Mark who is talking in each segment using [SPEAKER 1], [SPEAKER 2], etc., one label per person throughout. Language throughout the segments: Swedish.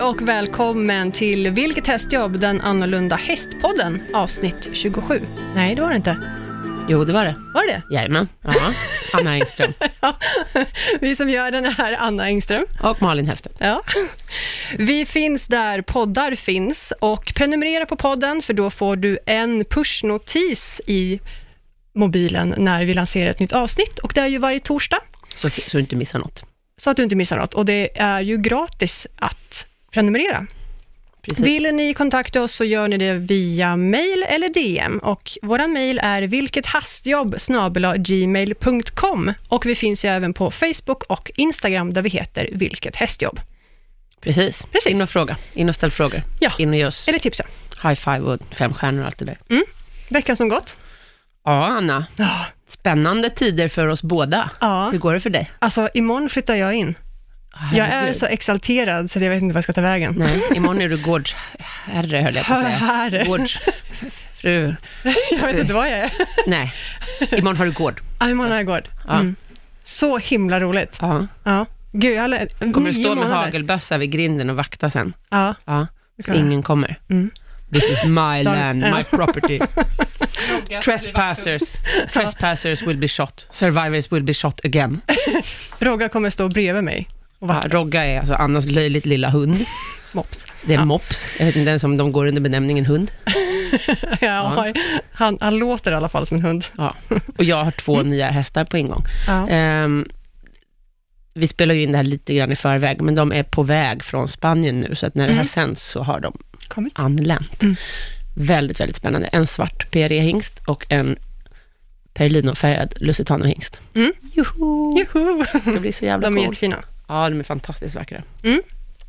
[SPEAKER 1] och välkommen till Vilket hästjobb? Den annorlunda hästpodden avsnitt 27.
[SPEAKER 2] Nej, det var det inte. Jo, det var det.
[SPEAKER 1] Var det
[SPEAKER 2] Jajamän. Ja. Anna Engström.
[SPEAKER 1] ja. Vi som gör den är Anna Engström.
[SPEAKER 2] Och Malin Hellstedt.
[SPEAKER 1] Ja. Vi finns där poddar finns och prenumerera på podden för då får du en pushnotis i mobilen när vi lanserar ett nytt avsnitt och det är ju varje torsdag
[SPEAKER 2] Så, så du inte missar något.
[SPEAKER 1] så att du inte missar något och det är ju gratis att prenumerera.
[SPEAKER 2] Precis.
[SPEAKER 1] Vill ni kontakta oss så gör ni det via mail eller DM och våran mail är vilkethastjobb gmail.com och vi finns ju även på Facebook och Instagram där vi heter Vilket hästjobb.
[SPEAKER 2] Precis.
[SPEAKER 1] Precis.
[SPEAKER 2] In och fråga. In och ställ frågor.
[SPEAKER 1] Ja.
[SPEAKER 2] In och ge oss
[SPEAKER 1] Eller tipsa.
[SPEAKER 2] high five och fem stjärnor och allt det där.
[SPEAKER 1] Mm. Veckan som gått?
[SPEAKER 2] Ja, Anna.
[SPEAKER 1] Ja.
[SPEAKER 2] Spännande tider för oss båda.
[SPEAKER 1] Ja.
[SPEAKER 2] Hur går det för dig?
[SPEAKER 1] Alltså, imorgon flyttar jag in. Jag är
[SPEAKER 2] Herregud.
[SPEAKER 1] så exalterad så att jag vet inte vad jag ska ta vägen.
[SPEAKER 2] Nej, imorgon är du gårdsherre, höll jag på att säga.
[SPEAKER 1] Herre.
[SPEAKER 2] Gårdsfru.
[SPEAKER 1] Jag vet inte vad jag är.
[SPEAKER 2] Nej, imorgon har du gård.
[SPEAKER 1] Ja, imorgon har jag gård.
[SPEAKER 2] Ja.
[SPEAKER 1] Mm. Så himla roligt.
[SPEAKER 2] Ja.
[SPEAKER 1] Ja. Gud, jag har lä-
[SPEAKER 2] Kommer du
[SPEAKER 1] nio
[SPEAKER 2] stå med
[SPEAKER 1] månader.
[SPEAKER 2] hagelbössa vid grinden och vakta sen?
[SPEAKER 1] Ja.
[SPEAKER 2] Ja, så
[SPEAKER 1] kan jag.
[SPEAKER 2] ingen kommer.
[SPEAKER 1] Mm.
[SPEAKER 2] This is my land,
[SPEAKER 1] Ja.
[SPEAKER 2] my property. Trespassers, trespassers will be shot. Survivors will be shot again.
[SPEAKER 1] Rogga kommer stå bredvid mig och
[SPEAKER 2] Ja,
[SPEAKER 1] vakta.
[SPEAKER 2] Rogga är alltså Annas löjligt lilla hund.
[SPEAKER 1] Mops.
[SPEAKER 2] Det är en mops. Jag vet inte ens om de går under benämningen hund.
[SPEAKER 1] Ja, han, han låter i alla fall som en hund. Eh,
[SPEAKER 2] Ja. Och jag har två nya hästar på ingång.
[SPEAKER 1] Mm. Ja.
[SPEAKER 2] Ehm, vi spelar ju in det här lite grann i förväg, men de är på väg från Spanien nu, så att när det
[SPEAKER 1] Mm.
[SPEAKER 2] här sänds så har de
[SPEAKER 1] Kommit.
[SPEAKER 2] anlänt.
[SPEAKER 1] Mm.
[SPEAKER 2] Väldigt, väldigt spännande. En svart PRE-hingst och en Perlino-färgad Lusitano-hingst.
[SPEAKER 1] Mm.
[SPEAKER 2] Joho!
[SPEAKER 1] Juhu!
[SPEAKER 2] Det ska bli så jävla
[SPEAKER 1] De är
[SPEAKER 2] coolt.
[SPEAKER 1] jättefina.
[SPEAKER 2] Ja, de är fantastiskt vackra.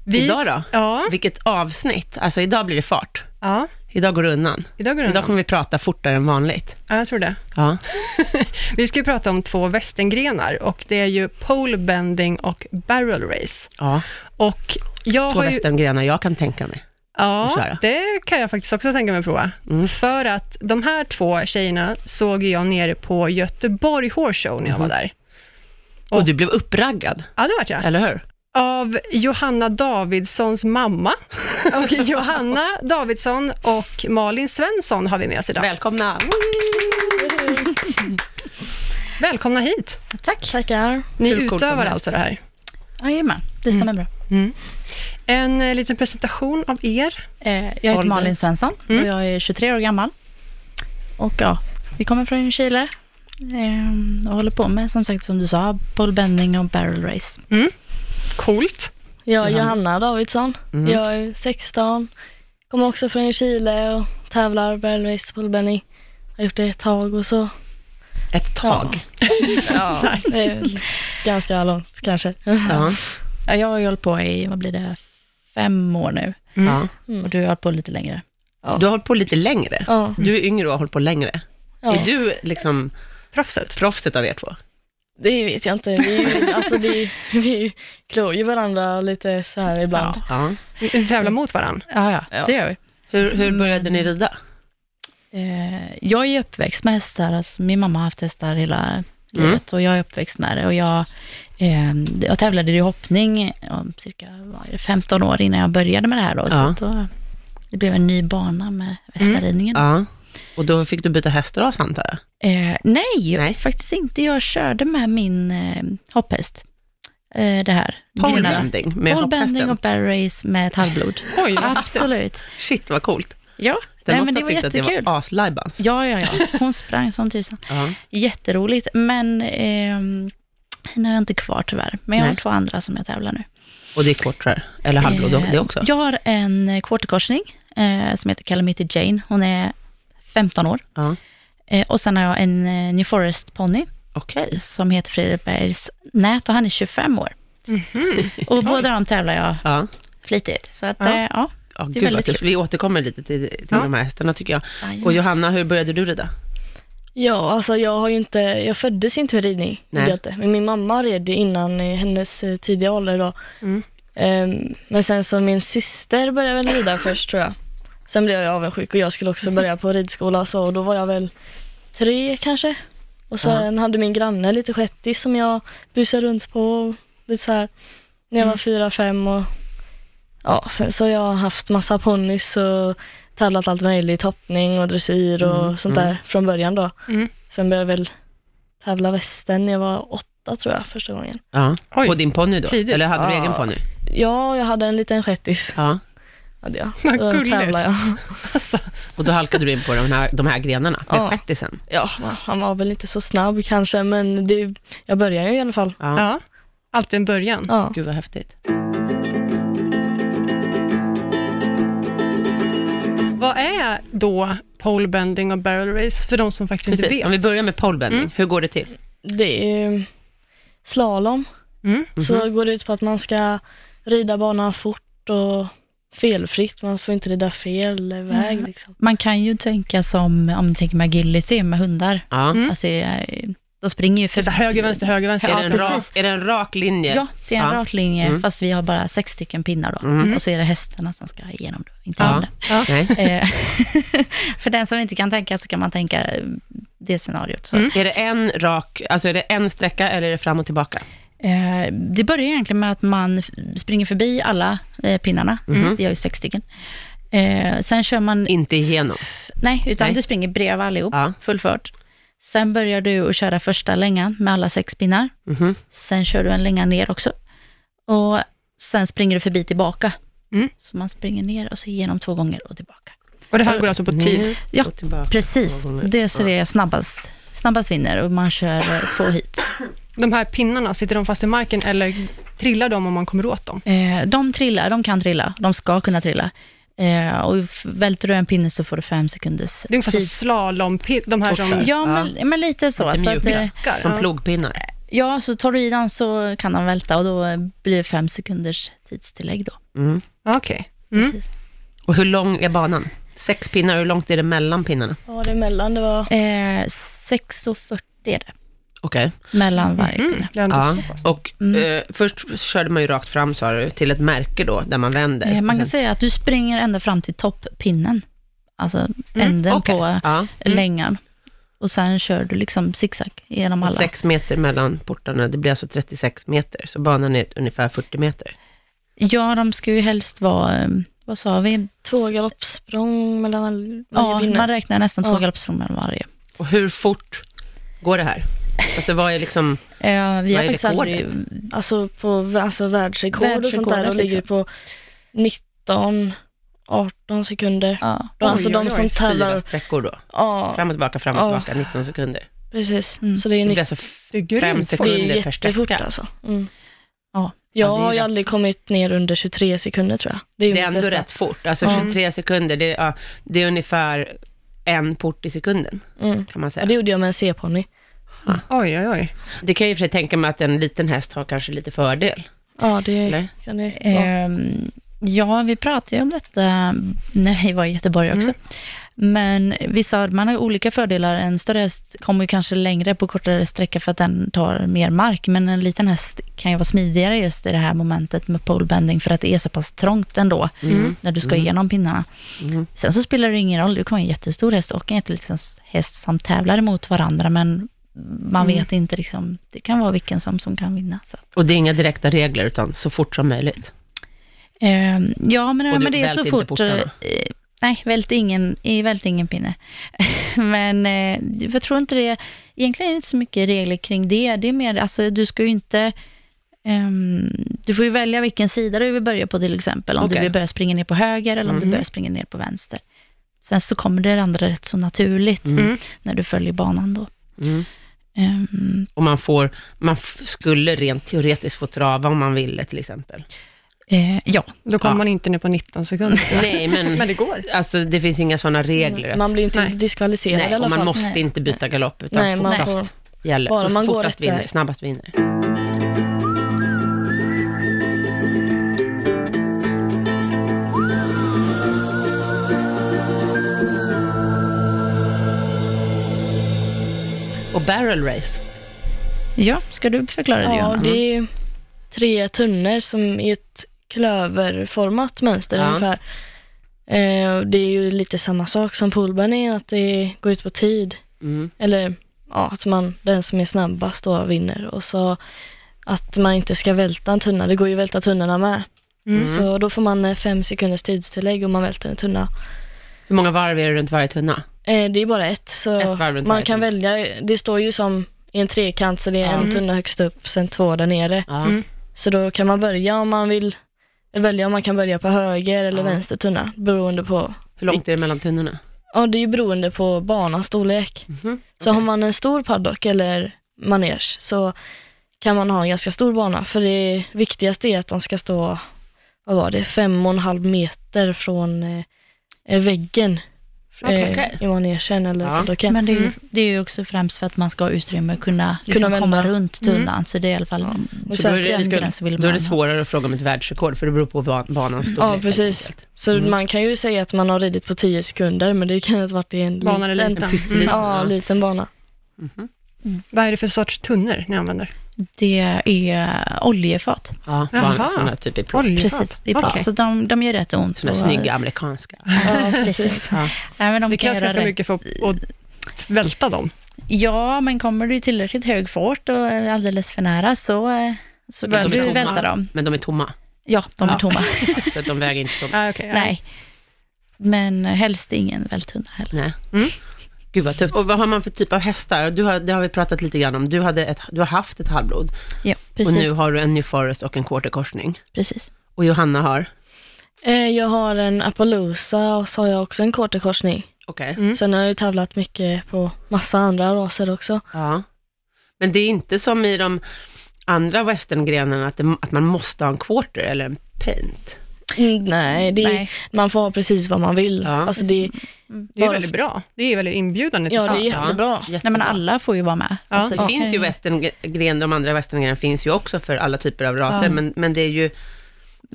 [SPEAKER 1] Vi-
[SPEAKER 2] Idag då?
[SPEAKER 1] Ja.
[SPEAKER 2] Vilket avsnitt! Alltså, idag blir det fart.
[SPEAKER 1] ja.
[SPEAKER 2] Idag går det undan.
[SPEAKER 1] Idag går det
[SPEAKER 2] Idag
[SPEAKER 1] undan.
[SPEAKER 2] kommer vi prata fortare än vanligt.
[SPEAKER 1] Ja, jag tror det.
[SPEAKER 2] Ja,
[SPEAKER 1] Vi ska ju prata om två västengrenar och det är ju pole bending och barrel race.
[SPEAKER 2] ja.
[SPEAKER 1] Och jag
[SPEAKER 2] två
[SPEAKER 1] har ju...
[SPEAKER 2] västerngrenar jag kan tänka mig. att
[SPEAKER 1] Ja,
[SPEAKER 2] köra.
[SPEAKER 1] det kan jag faktiskt också tänka mig att prova.
[SPEAKER 2] Mm.
[SPEAKER 1] För att de här två tjejerna såg ju jag nere på Göteborg Horse Show när
[SPEAKER 2] Mhm.
[SPEAKER 1] jag var där.
[SPEAKER 2] Och,
[SPEAKER 1] Och-
[SPEAKER 2] du blev uppraggad,
[SPEAKER 1] Ja, det vart jag.
[SPEAKER 2] eller hur?
[SPEAKER 1] Av Johanna Davidssons mamma. Och Johanna Davidsson och Malin Svensson har vi med oss idag.
[SPEAKER 2] Välkomna!
[SPEAKER 1] Välkomna hit.
[SPEAKER 3] Tack. Tackar.
[SPEAKER 1] Ni
[SPEAKER 2] Hur coolt var
[SPEAKER 1] utövar
[SPEAKER 2] det?
[SPEAKER 1] alltså det här.
[SPEAKER 3] Jajamän, det stämmer bra.
[SPEAKER 1] En eh, liten presentation av er.
[SPEAKER 3] Eh, Jag heter
[SPEAKER 1] Ålder?
[SPEAKER 3] Malin Svensson och jag är 23 år gammal. Och ja, vi kommer från Chile ehm, och håller på med, som sagt, som du sa, bending och barrel race.
[SPEAKER 1] Coolt.
[SPEAKER 4] Jag är Johanna Davidsson. Jag är 16. Kommer också från Chile och tävlar barrel race polebenny. Har gjort det ett tag och så.
[SPEAKER 2] Ett tag.
[SPEAKER 4] Ja, det är ganska långt kanske.
[SPEAKER 2] Ja.
[SPEAKER 3] Ja, jag har ju hållit på i, vad blir det, fem år nu.
[SPEAKER 1] Mm.
[SPEAKER 2] Ja.
[SPEAKER 3] Och du har hållit på lite längre.
[SPEAKER 2] Du har hållit på lite längre.
[SPEAKER 4] Ja.
[SPEAKER 2] Du är yngre och har hållit på längre.
[SPEAKER 4] Ja.
[SPEAKER 2] Är du liksom
[SPEAKER 1] Proffset.
[SPEAKER 2] proffset av er två?
[SPEAKER 4] Det vet jag inte. Vi, är ju- alltså, det, är- vi klår ju varandra lite så här ibland.
[SPEAKER 2] Ja.
[SPEAKER 1] Ni tävlar mot varandra.
[SPEAKER 3] Ja, ja,
[SPEAKER 4] Ja.
[SPEAKER 3] det gör vi.
[SPEAKER 2] Hur,
[SPEAKER 3] Mm.
[SPEAKER 2] hur började ni rida?
[SPEAKER 3] Eh, Jag är uppväxt med hästar, alltså min mamma har haft hästar hela
[SPEAKER 2] Mm.
[SPEAKER 3] livet och jag är uppväxt med det. Och jag, eh, jag tävlade i hoppning om cirka vad är det, 15 år innan jag började med det här. Då, så
[SPEAKER 2] Ja. Mm.
[SPEAKER 3] att då, det blev en ny bana med hästaridningen.
[SPEAKER 2] Ja. Och då fick du byta hästras antar jag?
[SPEAKER 3] Eh, nej,
[SPEAKER 2] Nej.
[SPEAKER 3] faktiskt inte. Jag körde med min eh, hopphäst. Eh, det här.
[SPEAKER 2] Polebending med
[SPEAKER 3] Polebending
[SPEAKER 2] hopphästen.
[SPEAKER 3] och barrel race med ett halvblod.
[SPEAKER 1] Oj, vad häftigt.
[SPEAKER 3] Absolut.
[SPEAKER 2] Shit vad coolt.
[SPEAKER 3] Ja,
[SPEAKER 2] Den
[SPEAKER 3] nej,
[SPEAKER 2] måste
[SPEAKER 3] men det
[SPEAKER 2] ha
[SPEAKER 3] var
[SPEAKER 2] tyckt att det
[SPEAKER 3] jättekul.
[SPEAKER 2] var aslajbans.
[SPEAKER 3] Ja, ja, ja. Hon sprang som tusan.
[SPEAKER 2] Ja.
[SPEAKER 3] Jätteroligt, men ehm, henne har jag inte kvar tyvärr. Men jag har
[SPEAKER 2] Nej.
[SPEAKER 3] två andra som jag tävlar nu.
[SPEAKER 2] Och det är quartrar, eller halvblod
[SPEAKER 3] Eh,
[SPEAKER 2] det också?
[SPEAKER 3] Jag har en quarterkorsning eh, som heter Calamity Jane. Hon är 15 år.
[SPEAKER 2] Ja.
[SPEAKER 3] Eh, och sen har jag en eh, New Forest-ponny
[SPEAKER 2] Okej.
[SPEAKER 3] som heter Fredriksbergs Nät och han är 25 år. Och båda de tävlar jag
[SPEAKER 2] Ja.
[SPEAKER 3] flitigt. Så att,
[SPEAKER 1] Ja.
[SPEAKER 3] eh, ja.
[SPEAKER 2] Mhm. Ja,
[SPEAKER 3] Det är
[SPEAKER 2] gud vad
[SPEAKER 3] väldigt
[SPEAKER 2] kul. Vi återkommer lite till, till
[SPEAKER 1] Ja.
[SPEAKER 2] de här hästarna tycker jag.
[SPEAKER 3] Jajamän.
[SPEAKER 2] Och Johanna, hur började du rida?
[SPEAKER 4] Ja, alltså jag har ju inte, jag föddes inte med ridning,
[SPEAKER 2] Nej.
[SPEAKER 4] gjorde jag inte. men min mamma red ju innan i hennes eh, tidiga ålder då.
[SPEAKER 2] Mm.
[SPEAKER 4] Ehm, men sen så min syster började väl rida först tror jag. Sen blev jag avundsjuk och jag skulle också börja på ridskola och så och då var jag väl tre kanske. Och sen hade min granne lite shettis
[SPEAKER 2] Mm.
[SPEAKER 4] som jag busade runt på och lite så här när jag var fyra, fem och ja, sen så har jag haft massa ponnis och tävlat allt möjligt, hoppning och dressyr och
[SPEAKER 2] Mm,
[SPEAKER 4] sånt
[SPEAKER 2] mm.
[SPEAKER 4] där från början då.
[SPEAKER 1] Mm.
[SPEAKER 4] Sen började jag väl tävla västen när jag var åtta tror jag, första gången.
[SPEAKER 2] Ja.
[SPEAKER 1] Oj.
[SPEAKER 2] På din ponny då?
[SPEAKER 1] Tidigt.
[SPEAKER 2] Eller hade du
[SPEAKER 4] Ja.
[SPEAKER 2] egen ponny?
[SPEAKER 4] Ja, jag hade en liten shettis.
[SPEAKER 2] Ja.
[SPEAKER 4] Hade jag.
[SPEAKER 1] Vad
[SPEAKER 4] Då
[SPEAKER 1] gulligt.
[SPEAKER 4] tävlade jag.
[SPEAKER 1] Alltså,
[SPEAKER 2] Och då halkade du in på de här, de här grenarna med
[SPEAKER 4] Ja.
[SPEAKER 2] shettisen?
[SPEAKER 4] Ja, han var väl inte så snabb kanske, men det, jag började ju i alla fall.
[SPEAKER 2] Ja.
[SPEAKER 1] ja. Alltid en början.
[SPEAKER 4] Ja.
[SPEAKER 2] Gud vad häftigt.
[SPEAKER 1] Vad är då polebending och barrel race för de som faktiskt inte
[SPEAKER 2] Precis.
[SPEAKER 1] vet?
[SPEAKER 2] Om vi börjar med polebending, hur går det till?
[SPEAKER 4] Det är ju slalom,
[SPEAKER 1] Mm.
[SPEAKER 4] så går det ut på att man ska rida banan fort och felfritt. Man får inte rida fel väg
[SPEAKER 1] Mhm.
[SPEAKER 4] liksom.
[SPEAKER 3] Man kan ju tänka som, om man tänker med agility med hundar.
[SPEAKER 2] Ja.
[SPEAKER 1] Mm.
[SPEAKER 3] Alltså, eh, de springer ju
[SPEAKER 1] Så
[SPEAKER 3] förbi.
[SPEAKER 1] höger, vänster, höger, vänster.
[SPEAKER 3] Ja,
[SPEAKER 2] Är, det en rak,
[SPEAKER 3] precis.
[SPEAKER 2] är det en rak linje?
[SPEAKER 3] Ja, det är en
[SPEAKER 2] Ja.
[SPEAKER 3] rak linje,
[SPEAKER 2] Mm.
[SPEAKER 3] fast vi har bara sex stycken pinnar då.
[SPEAKER 2] Mm.
[SPEAKER 3] Och så är det hästarna som ska igenom då, inte
[SPEAKER 2] Ja.
[SPEAKER 3] hunden.
[SPEAKER 2] Nej.
[SPEAKER 3] Eh, För den som inte kan tänka så kan man tänka eh, det scenariot. Så.
[SPEAKER 2] Är det en rak, alltså är det en sträcka eller är det fram och tillbaka?
[SPEAKER 3] Eh, Det börjar egentligen med att man f- springer förbi alla eh, pinnarna.
[SPEAKER 2] Mm.
[SPEAKER 3] Vi har ju sex stycken. Eh, Sen kör man,
[SPEAKER 2] Inte igenom.
[SPEAKER 3] nej, utan
[SPEAKER 2] Nej.
[SPEAKER 3] du springer bredvid allihop,
[SPEAKER 2] Ja.
[SPEAKER 3] full fart. Sen börjar du att köra första längan med alla sex pinnar.
[SPEAKER 2] Mhm.
[SPEAKER 3] Sen kör du en länga ner också. Och sen springer du förbi tillbaka.
[SPEAKER 1] Mm.
[SPEAKER 3] Så man springer ner och så igenom två gånger och tillbaka.
[SPEAKER 1] Och det här går alltså på tid.
[SPEAKER 2] Ner
[SPEAKER 3] Ja,
[SPEAKER 2] och tillbaka.
[SPEAKER 3] Precis,
[SPEAKER 2] Två gånger.
[SPEAKER 3] det är så det är snabbast. Snabbast vinner och man kör eh, två hit.
[SPEAKER 1] De här pinnarna, sitter de fast i marken eller trillar de om man kommer åt dem?
[SPEAKER 3] Eh, De trillar, de kan trilla, de ska kunna trilla. Eh, Och f- välter du en pinne så får du fem sekunders
[SPEAKER 1] Det är ungefär som
[SPEAKER 3] tid.
[SPEAKER 1] slalom, de här som...
[SPEAKER 2] Korta.
[SPEAKER 3] Ja, men, men lite så.
[SPEAKER 2] Lite
[SPEAKER 3] så att,
[SPEAKER 2] mjuka.
[SPEAKER 3] eh,
[SPEAKER 1] duckar.
[SPEAKER 2] Som
[SPEAKER 1] Ja.
[SPEAKER 2] plogpinnar.
[SPEAKER 3] ja, så tar du i den så kan han välta och då eh, blir det fem sekunders tidstillägg då.
[SPEAKER 2] Mm.
[SPEAKER 1] Okej. Mm.
[SPEAKER 3] Precis.
[SPEAKER 2] Och hur lång är banan? Sex pinnar, hur långt är det mellan pinnarna?
[SPEAKER 4] Ja, det emellan det var...
[SPEAKER 3] Eh, 6.40 är det,
[SPEAKER 2] Okej.
[SPEAKER 3] mellan varje pinne.
[SPEAKER 1] Det är ändå
[SPEAKER 2] Ja.
[SPEAKER 1] så pass.
[SPEAKER 2] Och eh, först körde man ju rakt fram, sa du, till ett märke då, där man vänder.
[SPEAKER 3] Eh, Man kan
[SPEAKER 2] Sen-
[SPEAKER 3] säga att du springer ända fram till toppinnen, alltså änden
[SPEAKER 2] Okej. Mm.
[SPEAKER 3] på Mm.
[SPEAKER 2] ja.
[SPEAKER 3] längan. Och sen kör du liksom zigzag genom
[SPEAKER 2] Och
[SPEAKER 3] alla.
[SPEAKER 2] Sex meter mellan portarna, det blir alltså 36 meter, så banan är ungefär 40 meter.
[SPEAKER 3] Ja, de ska ju helst vara, eh, vad sa vi?
[SPEAKER 4] Två galoppsprång mellan varje
[SPEAKER 3] Ja,
[SPEAKER 4] pinne.
[SPEAKER 3] man räknar nästan två
[SPEAKER 4] Ja.
[SPEAKER 3] galoppsprång mellan varje.
[SPEAKER 2] Och hur fort går det här? Alltså vad är liksom,
[SPEAKER 3] Eh, vi
[SPEAKER 2] Vad
[SPEAKER 3] har
[SPEAKER 2] är
[SPEAKER 3] faktiskt aldrig...
[SPEAKER 4] Alltså på vä- alltså världsrekord och sånt där och
[SPEAKER 3] Världsrekordet,
[SPEAKER 4] ligger på 19, 18 sekunder.
[SPEAKER 3] Ja.
[SPEAKER 4] Då, alltså
[SPEAKER 1] Oj,
[SPEAKER 4] de
[SPEAKER 1] oj, oj,
[SPEAKER 4] som
[SPEAKER 2] fyra
[SPEAKER 4] tävlar.
[SPEAKER 2] sträckor då?
[SPEAKER 4] Ja,
[SPEAKER 2] Fram och tillbaka, fram och
[SPEAKER 4] Ja.
[SPEAKER 2] tillbaka, 19 sekunder.
[SPEAKER 4] precis.
[SPEAKER 3] Mm.
[SPEAKER 4] Så det är
[SPEAKER 2] Det
[SPEAKER 4] 19
[SPEAKER 2] blir alltså
[SPEAKER 1] Det är grymt
[SPEAKER 2] fem
[SPEAKER 1] fort.
[SPEAKER 4] det
[SPEAKER 2] sekunder
[SPEAKER 4] är
[SPEAKER 2] per
[SPEAKER 4] jättefort
[SPEAKER 2] sträcka.
[SPEAKER 4] alltså. Mm.
[SPEAKER 3] Ja.
[SPEAKER 4] Jag
[SPEAKER 2] Ja, det är
[SPEAKER 4] har ju
[SPEAKER 2] rätt.
[SPEAKER 4] aldrig kommit ner under 23 sekunder tror jag. Det är, ju
[SPEAKER 2] Det är
[SPEAKER 4] mitt
[SPEAKER 2] ändå
[SPEAKER 4] bästa.
[SPEAKER 2] rätt fort, alltså
[SPEAKER 4] Ja.
[SPEAKER 2] 23 sekunder, det är, ja, det är ungefär en port i sekunden,
[SPEAKER 4] Mm.
[SPEAKER 2] kan man säga.
[SPEAKER 4] Ja, det gjorde jag med en C-ponny.
[SPEAKER 1] Oj, oj, oj.
[SPEAKER 2] Det kan jag i och för sig tänka mig att en liten häst har kanske lite fördel.
[SPEAKER 4] Ja,
[SPEAKER 2] Eller?
[SPEAKER 4] det kan det. Ja.
[SPEAKER 3] Ehm, ja, vi pratade ju om detta när vi var i Göteborg också. Men vi sa att man har ju olika fördelar. En större häst kommer ju kanske längre på kortare sträcka för att den tar mer mark. Men en liten häst kan ju vara smidigare just i det här momentet med polebending för att det är så pass trångt ändå
[SPEAKER 4] Mm.
[SPEAKER 3] när du ska igenom pinnarna.
[SPEAKER 2] Mm.
[SPEAKER 3] Sen så spelar det ingen roll, du kan ha en jättestor häst och en jätteliten häst som tävlar mot varandra. Men man vet inte, liksom, det kan vara vilken som, som kan vinna. Så. att-
[SPEAKER 2] Och det är inga direkta regler, utan så fort som möjligt.
[SPEAKER 3] Eh, ja, men,
[SPEAKER 2] Och du
[SPEAKER 3] men det är
[SPEAKER 2] välte
[SPEAKER 3] så
[SPEAKER 2] inte
[SPEAKER 3] fort...
[SPEAKER 2] portarna?
[SPEAKER 3] eh, nej, välte ingen, eh, välte ingen pinne. men eh, jag tror inte det... Egentligen är det inte så mycket regler kring det. Det är mer, alltså du ska ju inte... ehm, du får ju välja vilken sida du vill börja på till exempel. Om
[SPEAKER 2] Okej. Mhm.
[SPEAKER 3] du vill börja springa ner på höger eller om du börjar springa ner på vänster. Sen så kommer det andra rätt så naturligt
[SPEAKER 1] Mm.
[SPEAKER 3] när du följer banan då.
[SPEAKER 2] Mm.
[SPEAKER 3] Ehm,
[SPEAKER 2] Och man, får, man f- skulle rent teoretiskt få trava om man ville till exempel.
[SPEAKER 3] eh, ja,
[SPEAKER 1] Då kommer
[SPEAKER 2] Ja.
[SPEAKER 1] man inte ner på 19 sekunder.
[SPEAKER 2] Nej, men,
[SPEAKER 1] Men det går.
[SPEAKER 2] alltså, det finns inga sådana regler. att-
[SPEAKER 4] Mm. Man blir inte
[SPEAKER 1] Nej.
[SPEAKER 4] diskvalificerad i
[SPEAKER 2] nej,
[SPEAKER 4] alla
[SPEAKER 2] och man
[SPEAKER 4] fall.
[SPEAKER 2] måste
[SPEAKER 3] Nej.
[SPEAKER 2] inte byta galopp, utan
[SPEAKER 4] Nej, man
[SPEAKER 2] fortast
[SPEAKER 4] får...
[SPEAKER 2] gäller.
[SPEAKER 4] bara
[SPEAKER 2] Fort-
[SPEAKER 4] man går
[SPEAKER 2] fortast
[SPEAKER 4] rätt
[SPEAKER 2] vinner,
[SPEAKER 4] väg.
[SPEAKER 2] snabbast vinner. Och barrel race.
[SPEAKER 3] ja, ska du förklara det
[SPEAKER 4] Ja,
[SPEAKER 3] Johanna?
[SPEAKER 4] det är ju tre tunnor som i ett klöverformat mönster
[SPEAKER 2] Ja.
[SPEAKER 4] ungefär. Eh, och det är ju lite samma sak som poolbunny, att det går ut på tid.
[SPEAKER 2] Mm.
[SPEAKER 4] Eller ja, att man, den som är snabbast då vinner. Och så att man inte ska välta en tunna. Det går ju att välta tunnorna med.
[SPEAKER 1] Mm.
[SPEAKER 4] Så då får man eh, fem sekunders tidstillägg om man välter en tunna.
[SPEAKER 2] Hur många varv är det runt varje tunna?
[SPEAKER 4] Eh, det är bara ett, så
[SPEAKER 2] Ett varv runt
[SPEAKER 4] man
[SPEAKER 2] varje
[SPEAKER 4] kan
[SPEAKER 2] tunna.
[SPEAKER 4] välja. Det står ju som i en trekant, så det är en tunna högst upp, sen två där nere.
[SPEAKER 2] Ja.
[SPEAKER 1] Mm.
[SPEAKER 4] Så då kan man börja om man vill välja om man kan börja på höger eller
[SPEAKER 2] Ja.
[SPEAKER 4] vänster tunna, beroende på
[SPEAKER 2] Hur långt är det mellan tunnorna?
[SPEAKER 4] Ja, det är ju beroende på banans storlek.
[SPEAKER 2] Mhm.
[SPEAKER 4] Så har man en stor paddock eller manege så kan man ha en ganska stor bana. För det viktigaste är att de ska stå, vad var det, fem och en halv meter från eh, väggen
[SPEAKER 2] Okej,
[SPEAKER 4] eh,
[SPEAKER 2] okej.
[SPEAKER 4] i manegen eller
[SPEAKER 2] Ja.
[SPEAKER 4] paddocken.
[SPEAKER 3] Men det är, ju, det är ju också främst för att man ska ha utrymme att kunna, liksom,
[SPEAKER 4] vända.
[SPEAKER 3] komma runt tunnan. Så det är i alla fall
[SPEAKER 4] Och
[SPEAKER 2] Så
[SPEAKER 4] sen-
[SPEAKER 2] då, är det,
[SPEAKER 3] den
[SPEAKER 2] skulle-
[SPEAKER 3] gränsen vill
[SPEAKER 2] då är det
[SPEAKER 3] man ha.
[SPEAKER 2] svårare att fråga om ett världsrekord, för det beror på ban- banans storlek.
[SPEAKER 4] Ja, precis.
[SPEAKER 2] helt enkelt. Mm.
[SPEAKER 4] Så man kan ju säga att man har ridit på 10 sekunder, men det kan ju ha varit i en
[SPEAKER 1] Banan är
[SPEAKER 4] liten,
[SPEAKER 1] liten.
[SPEAKER 2] pytteliten,
[SPEAKER 4] Ja, liten bana.
[SPEAKER 2] Mhm.
[SPEAKER 1] Mm. Vad är det för sorts tunnor ni använder?
[SPEAKER 3] Det är oljefat.
[SPEAKER 2] Ja,
[SPEAKER 1] Jaha.
[SPEAKER 2] barn, sådana typ i plåt.
[SPEAKER 3] Precis, i plåt.
[SPEAKER 1] Okej.
[SPEAKER 3] Så de, de gör rätt ont.
[SPEAKER 2] Sådana
[SPEAKER 3] och-
[SPEAKER 2] snygga amerikanska.
[SPEAKER 3] Ja, precis.
[SPEAKER 2] Ja.
[SPEAKER 3] Nej, men de
[SPEAKER 1] Det
[SPEAKER 3] kan
[SPEAKER 1] krävs
[SPEAKER 3] göra
[SPEAKER 1] ganska
[SPEAKER 3] rätt.
[SPEAKER 1] mycket för att att välta dem.
[SPEAKER 3] Ja, men kommer du i tillräckligt hög fart och är alldeles för nära så, eh, så kan
[SPEAKER 1] Välter
[SPEAKER 3] du
[SPEAKER 1] tomma.
[SPEAKER 3] välta dem.
[SPEAKER 2] Men de är tomma,
[SPEAKER 3] Ja, de
[SPEAKER 1] Ja.
[SPEAKER 3] är tomma.
[SPEAKER 2] så att de väger inte så
[SPEAKER 1] Ah, okay,
[SPEAKER 3] Nej. Men helst ingen vältunna heller.
[SPEAKER 2] Nej.
[SPEAKER 1] Mm.
[SPEAKER 2] Gud vad tufft. Och vad har man för typ av hästar? Du har, det har vi pratat lite grann om. Du, hade ett, du har haft ett halvblod
[SPEAKER 3] Ja,
[SPEAKER 2] och nu
[SPEAKER 3] precis.
[SPEAKER 2] har du en New Forest och en quarterkorsning.
[SPEAKER 3] precis.
[SPEAKER 2] Och Johanna har?
[SPEAKER 4] Eh, jag har en Appaloosa och så har jag också en quarterkorsning.
[SPEAKER 2] Okej.
[SPEAKER 1] Mm.
[SPEAKER 4] Sen har jag ju tävlat mycket på massa andra raser också.
[SPEAKER 2] Ja. Men det är inte som i de andra westerngrenarna, att, det, att man måste ha en quarter eller en paint.
[SPEAKER 4] Mm, Nej, det är,
[SPEAKER 3] Nej.
[SPEAKER 4] man får ha precis vad man vill.
[SPEAKER 2] Ja.
[SPEAKER 4] Alltså det,
[SPEAKER 1] Mm. Det är ju
[SPEAKER 4] Bara-
[SPEAKER 1] väldigt bra. Det är ju väldigt inbjudande.
[SPEAKER 4] ja,
[SPEAKER 1] tycker
[SPEAKER 4] det är
[SPEAKER 1] jag.
[SPEAKER 4] jättebra.
[SPEAKER 2] Jättebra.
[SPEAKER 3] Nej, men alla får ju vara med.
[SPEAKER 1] Ja.
[SPEAKER 2] Det
[SPEAKER 3] jag
[SPEAKER 2] finns
[SPEAKER 3] kan
[SPEAKER 2] ju westerngren, de andra westerngrenarna finns ju också för alla typer av raser,
[SPEAKER 3] Ja.
[SPEAKER 2] men, men det är ju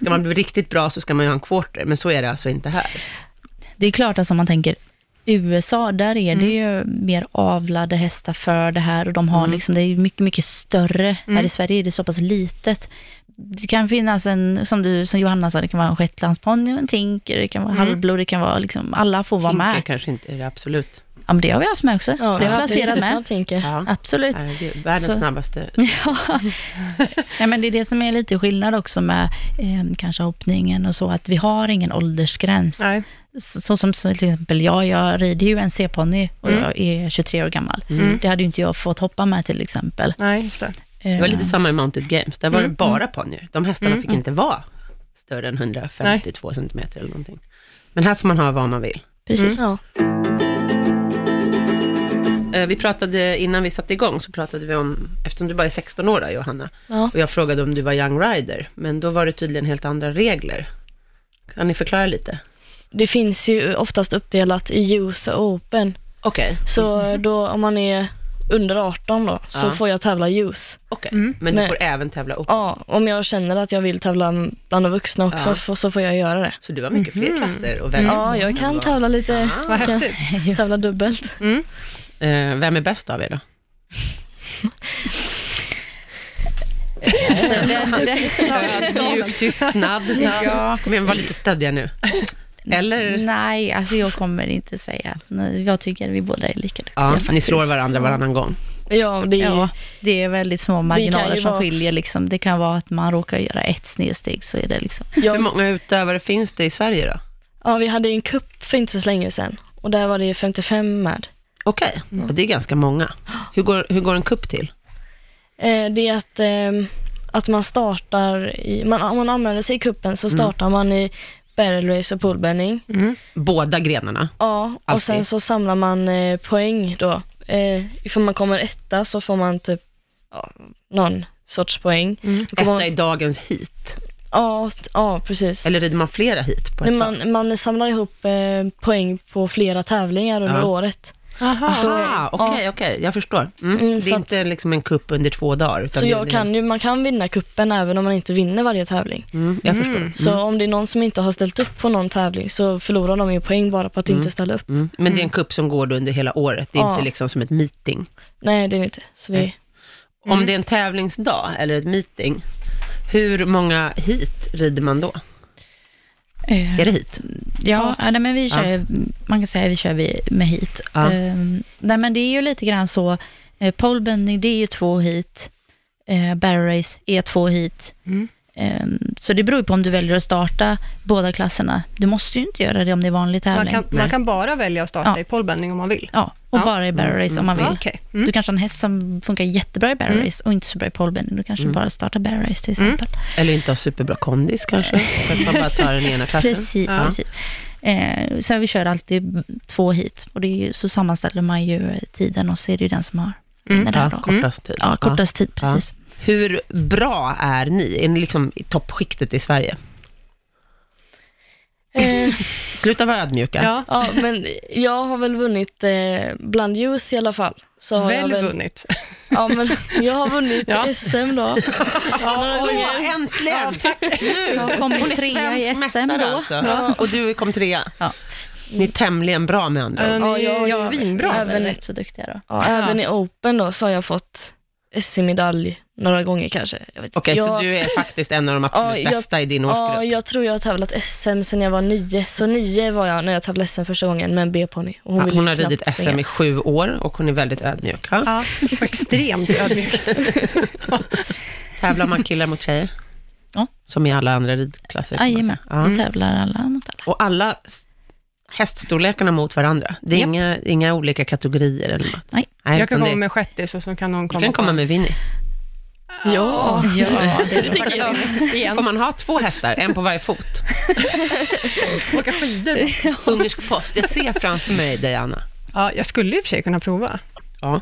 [SPEAKER 2] Ska man bli riktigt bra så ska man ju ha en quarter, men så är det alltså inte här.
[SPEAKER 3] Det är klart, alltså, om man tänker USA, där är det ju mer avlade hästar för det här och de har liksom, det är mycket, mycket större. Här i Sverige är det så pass litet. Det kan finnas en, som, du, som Johanna sa, det kan vara en shetlandsponny och en tinker, det kan vara halvblod, det kan vara liksom, alla får vara
[SPEAKER 2] Tinker
[SPEAKER 3] med.
[SPEAKER 2] kanske inte är det absolut.
[SPEAKER 3] Ja, men det har vi haft med också.
[SPEAKER 4] Ja,
[SPEAKER 3] det
[SPEAKER 4] det
[SPEAKER 3] har
[SPEAKER 4] är
[SPEAKER 3] placerat med.
[SPEAKER 4] jättesnabbt tänker.
[SPEAKER 2] Ja.
[SPEAKER 3] Absolut.
[SPEAKER 2] Herregud, världens
[SPEAKER 3] Så-
[SPEAKER 2] snabbaste.
[SPEAKER 3] Ja. Nej, men det är det som är lite skillnad också med eh, kanske hoppningen och så, att vi har ingen åldersgräns.
[SPEAKER 1] Nej.
[SPEAKER 3] Så, så som så till exempel jag, jag rider ju en C-ponny och
[SPEAKER 2] Mm.
[SPEAKER 3] jag är 23 år gammal. Det hade ju inte jag fått hoppa med till exempel. Eh,
[SPEAKER 1] Nej, just det.
[SPEAKER 2] Det var lite samma i Mounted Games, där var
[SPEAKER 4] Mm,
[SPEAKER 2] det bara ponnyer. De hästarna fick inte vara större än 152 centimeter eller någonting. Men här får man ha vad man vill.
[SPEAKER 3] Precis.
[SPEAKER 4] Ja.
[SPEAKER 2] Eh, Vi pratade, innan vi satte igång, så pratade vi om, eftersom du bara är 16 år där, Johanna,
[SPEAKER 4] Ja.
[SPEAKER 2] och jag frågade om du var young rider, men då var det tydligen helt andra regler. Kan ni förklara lite?
[SPEAKER 4] Det finns ju oftast uppdelat i Youth och Open.
[SPEAKER 2] Okej,
[SPEAKER 4] Så då om man är under 18 då, så
[SPEAKER 2] Ja.
[SPEAKER 4] får jag tävla Youth.
[SPEAKER 2] okej.
[SPEAKER 1] Mm.
[SPEAKER 2] Men du
[SPEAKER 4] Men-
[SPEAKER 2] får även tävla upp.
[SPEAKER 4] Ja, om jag känner att jag vill tävla bland de vuxna också,
[SPEAKER 2] Ja.
[SPEAKER 4] f- så får jag göra det.
[SPEAKER 2] Så du har mycket fler klasser och välja.
[SPEAKER 4] Mm-hmm. Ja, jag kan tävla lite,
[SPEAKER 1] Vad
[SPEAKER 4] jag kan
[SPEAKER 1] häftigt.
[SPEAKER 4] tävla dubbelt.
[SPEAKER 2] Eh, Vem är bäst av er då?
[SPEAKER 3] Alltså, det,
[SPEAKER 2] Mjuk tystnad. Ja. Kom igen, var lite stöddiga nu. Eller?
[SPEAKER 3] det, nej, alltså jag kommer inte säga. att- Nej, Jag tycker vi båda är lika duktiga
[SPEAKER 2] Ja, ni
[SPEAKER 3] faktiskt.
[SPEAKER 2] slår varandra varannan gång.
[SPEAKER 4] Ja, det är ju
[SPEAKER 3] Ja, det är väldigt små
[SPEAKER 4] kan
[SPEAKER 3] marginaler
[SPEAKER 4] ju
[SPEAKER 3] som
[SPEAKER 4] vara-
[SPEAKER 3] skiljer. Liksom. Det kan vara att man råkar göra ett snedsteg, så är det liksom...
[SPEAKER 4] jag-
[SPEAKER 2] Hur många utövare finns det i Sverige då?
[SPEAKER 4] Ja, vi hade en kupp för inte så länge sedan och där var det 55 med.
[SPEAKER 2] Okej,
[SPEAKER 4] Mm.
[SPEAKER 2] och det är ganska många. Hur går, hur går en kupp till?
[SPEAKER 4] Eh, det är att, ehm, att man startar i, man, om man anmäler sig i kuppen
[SPEAKER 2] Mm.
[SPEAKER 4] så startar man i barrel race och poolbending.
[SPEAKER 2] Båda grenarna.
[SPEAKER 4] Ja, och
[SPEAKER 2] Mm. Alltid.
[SPEAKER 4] sen så samlar man eh, poäng då. Eh, ifall man kommer etta så får man typ ja, någon sorts poäng. Och kommer
[SPEAKER 2] Mm. Etta
[SPEAKER 4] man,
[SPEAKER 2] i dagens hit.
[SPEAKER 4] ja, t- ja, precis.
[SPEAKER 2] Eller rider man flera hit på ett
[SPEAKER 4] Men
[SPEAKER 2] tag?
[SPEAKER 4] man, man samlar ihop eh, poäng på flera tävlingar under
[SPEAKER 2] Ja.
[SPEAKER 4] året.
[SPEAKER 1] Aha.
[SPEAKER 2] Ah, okej, okej, jag förstår. Mm.
[SPEAKER 4] Mm,
[SPEAKER 2] det
[SPEAKER 4] så
[SPEAKER 2] är
[SPEAKER 4] att-
[SPEAKER 2] inte liksom en kupp under två dagar. Utan
[SPEAKER 4] Så
[SPEAKER 2] det,
[SPEAKER 4] jag
[SPEAKER 2] det,
[SPEAKER 4] kan ju, man kan vinna kuppen även om man inte vinner varje tävling.
[SPEAKER 2] Mm, jag förstår.
[SPEAKER 4] Så om det är någon som inte har ställt upp på någon tävling så förlorar de ju poäng bara på att inte ställa upp.
[SPEAKER 2] Mm. Men det är en kupp som går då under hela året, det är
[SPEAKER 4] Ja.
[SPEAKER 2] inte liksom som ett meeting.
[SPEAKER 4] Nej, det är det inte. Så det,
[SPEAKER 3] Mm.
[SPEAKER 2] Om det är en tävlingsdag eller ett meeting, hur många hit rider man då?
[SPEAKER 3] Eh,
[SPEAKER 2] Är det hit?
[SPEAKER 3] Ja, ja. Nej, men vi kör, man kan säga vi kör vi med hit.
[SPEAKER 2] Ja.
[SPEAKER 3] Ehm, nej, men det är ju lite grann så, eh, pole bending det är ju två hit, eh, barrel race är två hit,
[SPEAKER 1] Mm.
[SPEAKER 3] Ehm, Så det beror ju på om du väljer att starta båda klasserna. Du måste ju inte göra det om det är vanlig
[SPEAKER 1] Man
[SPEAKER 3] tävling.
[SPEAKER 1] kan, man kan bara välja att starta
[SPEAKER 3] Ja.
[SPEAKER 1] i polebending om man vill.
[SPEAKER 3] Ja, och
[SPEAKER 1] Ja.
[SPEAKER 3] bara i barrel race om man vill.
[SPEAKER 1] Ja, okej. Mm.
[SPEAKER 3] Du kanske har en häst som funkar jättebra i barrel race och inte så bra i polebending. Du
[SPEAKER 1] Mm.
[SPEAKER 3] kanske bara startar barrel race till exempel.
[SPEAKER 2] Eller inte ha superbra kondis kanske, för att man bara tar den ena klassen.
[SPEAKER 3] Precis,
[SPEAKER 2] Ja.
[SPEAKER 3] precis. Eh, sen vi kör alltid två hit och det är ju, så sammanställer man ju tiden och så är det ju den som har vinner där
[SPEAKER 2] Mm. Ja,
[SPEAKER 3] då. Mm.
[SPEAKER 2] kortast tid.
[SPEAKER 3] Ja, kortast tid, precis.
[SPEAKER 2] Ja. Hur bra är ni? Är ni liksom i toppskiktet i Sverige?
[SPEAKER 4] Eh,
[SPEAKER 2] Sluta vara ödmjuka.
[SPEAKER 1] Ja,
[SPEAKER 4] ja, men jag har väl vunnit eh, bland youth i alla fall. Så har jag
[SPEAKER 1] väl
[SPEAKER 4] väl,
[SPEAKER 1] vunnit.
[SPEAKER 4] Ja, men jag har vunnit
[SPEAKER 1] Ja.
[SPEAKER 4] SM då. Några
[SPEAKER 2] Så,
[SPEAKER 4] gånger.
[SPEAKER 2] äntligen!
[SPEAKER 3] Jag kom ju trea i
[SPEAKER 2] Svensk
[SPEAKER 3] SM
[SPEAKER 2] mästare
[SPEAKER 3] då.
[SPEAKER 2] alltså. Och du kom trea.
[SPEAKER 3] Ja.
[SPEAKER 2] Ni är tämligen bra med andra ord.
[SPEAKER 1] Ja, ni är
[SPEAKER 4] jag-
[SPEAKER 1] ju
[SPEAKER 4] jag-
[SPEAKER 1] svinbra.
[SPEAKER 3] Jag är väl
[SPEAKER 4] Även-
[SPEAKER 3] rätt så duktiga då.
[SPEAKER 4] Ja, även i Open då så har jag fått SM-medalj några gånger kanske. Jag vet inte.
[SPEAKER 2] Okej, så
[SPEAKER 4] Jag-
[SPEAKER 2] du är faktiskt en av de absolut
[SPEAKER 4] Ja, jag-
[SPEAKER 2] bästa i din
[SPEAKER 4] Ja,
[SPEAKER 2] årsgrupp.
[SPEAKER 4] jag tror jag har tävlat SM sen jag var nio. Så nio var jag när jag tävlade SM första gången med en B-ponny. Och
[SPEAKER 2] Ja,
[SPEAKER 4] ville
[SPEAKER 2] hon har
[SPEAKER 4] knappt
[SPEAKER 2] ridit SM
[SPEAKER 4] springa.
[SPEAKER 2] i sju år och hon är väldigt ödmjuk. Ja.
[SPEAKER 1] Ja, extremt ödmjuk.
[SPEAKER 2] Tävlar man killar mot tjejer?
[SPEAKER 3] Ja.
[SPEAKER 2] Som i alla andra ridklasser? kan man
[SPEAKER 3] Jajamän, Mm.
[SPEAKER 2] säga.
[SPEAKER 3] vi tävlar alla mot alla.
[SPEAKER 2] Och alla s- häststorlekarna mot varandra? Det är
[SPEAKER 3] Japp.
[SPEAKER 2] inga, inga olika kategorier eller något?
[SPEAKER 3] Nej.
[SPEAKER 1] Jag kan
[SPEAKER 2] utan
[SPEAKER 1] komma
[SPEAKER 2] det,
[SPEAKER 1] med shettis och så kan någon
[SPEAKER 2] du
[SPEAKER 1] komma
[SPEAKER 2] kan komma med Winnie.
[SPEAKER 4] Ja,
[SPEAKER 3] Ja, det är
[SPEAKER 1] Tackar igen.
[SPEAKER 2] Får man ha två hästar, en på varje fot?
[SPEAKER 1] Åka skidor.
[SPEAKER 3] Mm.
[SPEAKER 2] Ungersk post. Jag ser framför mig dig, Anna.
[SPEAKER 1] Ja, jag skulle i och för sig kunna prova.
[SPEAKER 2] Ja.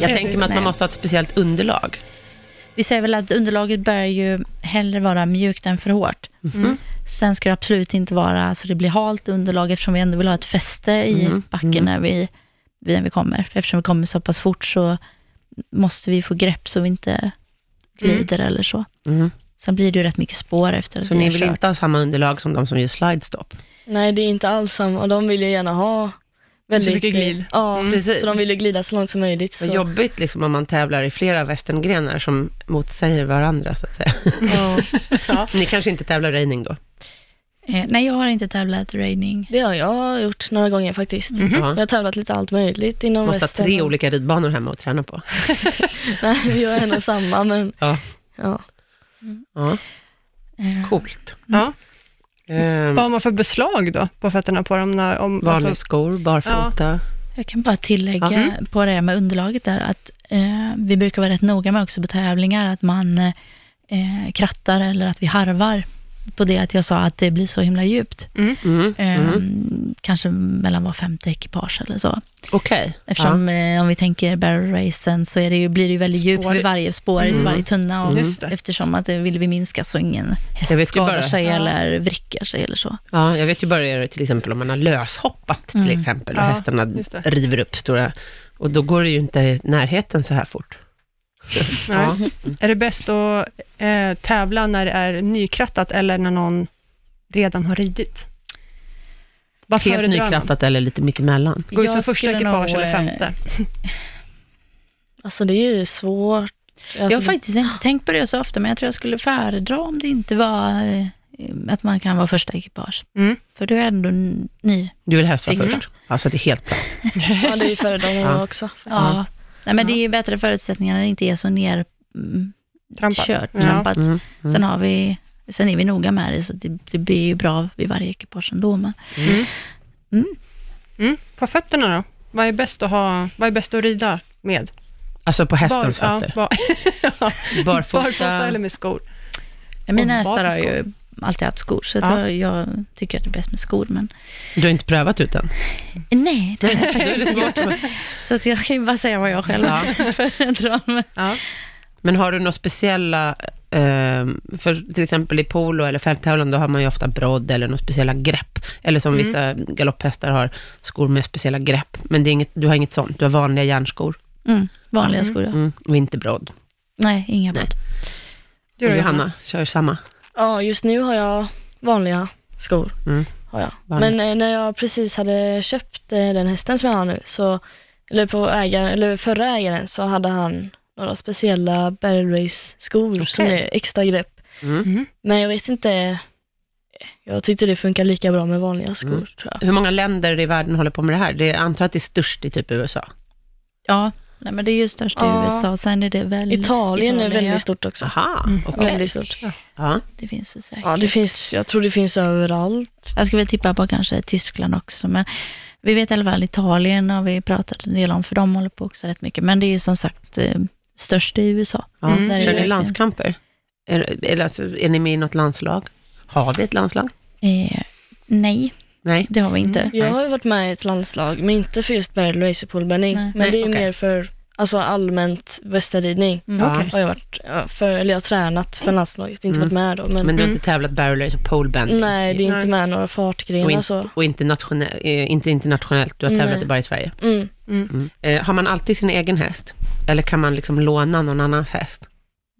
[SPEAKER 2] Jag tänker mig att man
[SPEAKER 3] Nej.
[SPEAKER 2] måste ha ett speciellt underlag.
[SPEAKER 3] Vi säger väl att underlaget bör ju hellre vara mjukt än för hårt.
[SPEAKER 2] Mm.
[SPEAKER 3] Sen ska det absolut inte vara så det blir halt underlag eftersom vi ändå vill ha ett fäste i
[SPEAKER 2] Mm.
[SPEAKER 3] backen när, vi, när vi kommer. För Eftersom vi kommer så pass fort så måste vi få grepp så vi inte glider eller så.
[SPEAKER 2] Mm.
[SPEAKER 3] Sen blir det ju rätt mycket spår efter att
[SPEAKER 2] Så
[SPEAKER 3] vi
[SPEAKER 2] ni
[SPEAKER 3] har
[SPEAKER 2] vill
[SPEAKER 3] kört.
[SPEAKER 2] inte ha samma underlag som de som gör slidestop?
[SPEAKER 4] nej det är inte alls samma. Och de vill ju gärna ha väldigt...
[SPEAKER 1] Så mycket glid.
[SPEAKER 4] Ja,
[SPEAKER 2] Mm. Precis.
[SPEAKER 4] så de vill ju glida så långt som möjligt.
[SPEAKER 2] Så
[SPEAKER 4] Så.
[SPEAKER 2] jobbigt liksom om man tävlar i flera västerngrenar som motsäger varandra, så att säga.
[SPEAKER 4] Ja,
[SPEAKER 2] ni kanske inte tävlar raining då?
[SPEAKER 3] Eh, nej, jag har inte tävlat raining.
[SPEAKER 4] det har jag gjort några gånger faktiskt. Jag
[SPEAKER 1] Mhm.
[SPEAKER 2] Ja.
[SPEAKER 4] har tävlat lite allt möjligt inom
[SPEAKER 2] Mm. Måste ha
[SPEAKER 4] resten.
[SPEAKER 2] tre olika ridbanor hemma att träna på.
[SPEAKER 4] Nej, vi gör en och samma, men
[SPEAKER 2] Ja.
[SPEAKER 4] ja.
[SPEAKER 2] Ja,
[SPEAKER 3] Eh,
[SPEAKER 2] coolt.
[SPEAKER 1] Ja.
[SPEAKER 2] Ehm,
[SPEAKER 1] Vad har man för beslag då på fötterna på dem? När, om, alltså,
[SPEAKER 2] Vanligskor, barfota.
[SPEAKER 3] Jag kan bara tillägga
[SPEAKER 2] Ja. Mm.
[SPEAKER 3] på det här med underlaget där att eh, vi brukar vara rätt noga med också på tävlingar att man eh, krattar eller att vi harvar på det att jag sa att det blir så himla djupt.
[SPEAKER 2] Mm.
[SPEAKER 3] Eh, Kanske mellan var femte ekipage eller så.
[SPEAKER 2] Okej.
[SPEAKER 3] Eftersom eh, om vi tänker barrel racen så är det ju, blir det ju väldigt djupt
[SPEAKER 1] Spår.
[SPEAKER 3] vid varje spår,
[SPEAKER 2] Mm.
[SPEAKER 3] i varje tunna. Och
[SPEAKER 1] Just det.
[SPEAKER 3] Eftersom att det vill vi minska så ingen
[SPEAKER 2] Jag
[SPEAKER 3] häst
[SPEAKER 2] vet ju
[SPEAKER 3] skadar
[SPEAKER 2] bara-
[SPEAKER 3] sig
[SPEAKER 1] Ja.
[SPEAKER 3] eller vrickar sig eller så.
[SPEAKER 2] Ja, jag vet ju bara det, till exempel om man har löshoppat till exempel och
[SPEAKER 1] Mm. Ja,
[SPEAKER 2] hästarna
[SPEAKER 1] just det.
[SPEAKER 2] river upp stora, och då går det ju inte i närheten så här fort.
[SPEAKER 1] nej. Är det bäst att eh, tävla när det är nykrattat eller när någon redan har ridit? Vad
[SPEAKER 2] Helt
[SPEAKER 1] föredrar man?
[SPEAKER 2] nykrattat eller lite mittemellan.
[SPEAKER 1] Går det som
[SPEAKER 3] Jag
[SPEAKER 1] första
[SPEAKER 3] skulle
[SPEAKER 1] ekipage
[SPEAKER 3] nog,
[SPEAKER 1] eller
[SPEAKER 3] eh,
[SPEAKER 1] femte?
[SPEAKER 4] Alltså det är ju svårt.
[SPEAKER 3] Jag
[SPEAKER 4] Alltså,
[SPEAKER 3] har faktiskt inte tänkt på det så ofta, men jag tror jag skulle föredra om det inte var eh, att man kan vara första ekipage.
[SPEAKER 1] Mm.
[SPEAKER 3] För du är ändå n- ny.
[SPEAKER 2] Du vill helst vara
[SPEAKER 3] Fixa.
[SPEAKER 2] först? Ja, så att det är helt platt.
[SPEAKER 4] Ja, det är ju föredragande
[SPEAKER 2] Ja.
[SPEAKER 4] också. faktiskt.
[SPEAKER 3] Ja. Nej, men det är ju bättre förutsättningar när det inte är så nerkört,
[SPEAKER 1] Trampat. Ja.
[SPEAKER 3] trampat.
[SPEAKER 2] Mm.
[SPEAKER 3] Sen, har vi, sen är vi noga med det, så det, det blir ju bra vid varje ekipage ändå. Men
[SPEAKER 1] Mm. På fötterna då? Vad är bäst att, ha, vad är bäst att rida med?
[SPEAKER 2] Alltså på hästens
[SPEAKER 1] Bar-
[SPEAKER 2] fötter.
[SPEAKER 1] Ja, bar,
[SPEAKER 2] Barfota.
[SPEAKER 1] barfota eller med skor?
[SPEAKER 3] ja, mina
[SPEAKER 1] Och vad
[SPEAKER 3] hästar
[SPEAKER 1] för
[SPEAKER 3] har ju alltid haft skor, så
[SPEAKER 1] Ja.
[SPEAKER 3] jag, jag tycker att det är bäst med skor. Men
[SPEAKER 2] Du har inte prövat ut den?
[SPEAKER 3] nej, det,
[SPEAKER 2] Då är det svårt.
[SPEAKER 3] så att jag kan ju bara säga vad jag själv
[SPEAKER 2] Ja.
[SPEAKER 3] föredrar. Men
[SPEAKER 1] Ja.
[SPEAKER 2] Men har du några speciella, eh, för till exempel i polo eller fälttävlan, då har man ju ofta brodd eller några speciella grepp. Eller som
[SPEAKER 3] Mm.
[SPEAKER 2] vissa galopphästar har, skor med speciella grepp. Men det är inget, du har inget sånt, du har vanliga järnskor,
[SPEAKER 3] Mm, vanliga skor, ja.
[SPEAKER 2] mm. och inte brodd.
[SPEAKER 3] Nej, inga bad.
[SPEAKER 1] Du då,
[SPEAKER 2] och
[SPEAKER 1] Johanna?
[SPEAKER 2] Johanna kör samma.
[SPEAKER 4] Ja, just nu har jag vanliga skor.
[SPEAKER 2] Mm.
[SPEAKER 4] Har jag.
[SPEAKER 2] Vanliga.
[SPEAKER 4] Men eh, när jag precis hade köpt eh, den hästen som jag har nu, så, eller på ägaren, eller förra ägaren, så hade han några speciella barrel race skor som
[SPEAKER 2] Okej.
[SPEAKER 4] är extra grepp.
[SPEAKER 2] Mm.
[SPEAKER 1] Mhm.
[SPEAKER 4] Men jag vet inte Jag tyckte det funkar lika bra med vanliga skor,
[SPEAKER 2] Mm.
[SPEAKER 4] tror jag.
[SPEAKER 2] Hur många länder i världen håller på med det här? Det, jag antar att det är störst i typ USA.
[SPEAKER 3] Ja, nej, men det är ju störst i
[SPEAKER 4] Ja.
[SPEAKER 3] USA. Sen är det väl...
[SPEAKER 4] Italien är
[SPEAKER 3] Italien,
[SPEAKER 4] väldigt
[SPEAKER 3] ja.
[SPEAKER 4] stort också.
[SPEAKER 2] Aha, okej.
[SPEAKER 3] Okej.
[SPEAKER 4] Väldigt stort.
[SPEAKER 2] Mm. Ja.
[SPEAKER 3] Det finns väl säkert.
[SPEAKER 4] Ja, det finns, jag tror det finns överallt.
[SPEAKER 3] Jag skulle väl tippa på kanske Tyskland också, men vi vet i alla fall Italien har vi pratat en del om, för de håller på också rätt mycket. Men det är ju som sagt eh, störst i USA.
[SPEAKER 2] Ja.
[SPEAKER 1] Mm.
[SPEAKER 3] Där
[SPEAKER 2] Kör
[SPEAKER 3] är det
[SPEAKER 2] ni
[SPEAKER 3] verkligen-
[SPEAKER 2] landskamper? Är, eller alltså, är ni med i något landslag? Har vi ett landslag?
[SPEAKER 3] Eh, nej,
[SPEAKER 2] Nej.
[SPEAKER 3] det har vi inte.
[SPEAKER 4] Jag
[SPEAKER 2] Nej.
[SPEAKER 4] har ju varit med i ett landslag, men inte för just barrel racerpoolbändning.
[SPEAKER 3] Nej.
[SPEAKER 4] Men
[SPEAKER 2] Nej,
[SPEAKER 4] det är ju
[SPEAKER 2] okej.
[SPEAKER 4] mer för alltså, allmänt västerridning.
[SPEAKER 3] Mm.
[SPEAKER 2] Ja.
[SPEAKER 4] Har jag, varit, ja, för, eller jag har tränat för landslaget, inte
[SPEAKER 2] Mm.
[SPEAKER 4] varit med då. Men,
[SPEAKER 2] Men du har inte tävlat barrel race och pole bending?
[SPEAKER 4] nej, det är
[SPEAKER 1] Nej.
[SPEAKER 4] inte med några
[SPEAKER 2] Och,
[SPEAKER 4] fartgrenar
[SPEAKER 2] in,
[SPEAKER 4] så.
[SPEAKER 2] och inte, nationell, eh, inte internationellt, du har tävlat
[SPEAKER 4] Nej.
[SPEAKER 2] det bara i Sverige.
[SPEAKER 4] Mm.
[SPEAKER 2] Eh, har man alltid sin egen häst? Eller kan man liksom låna någon annans häst?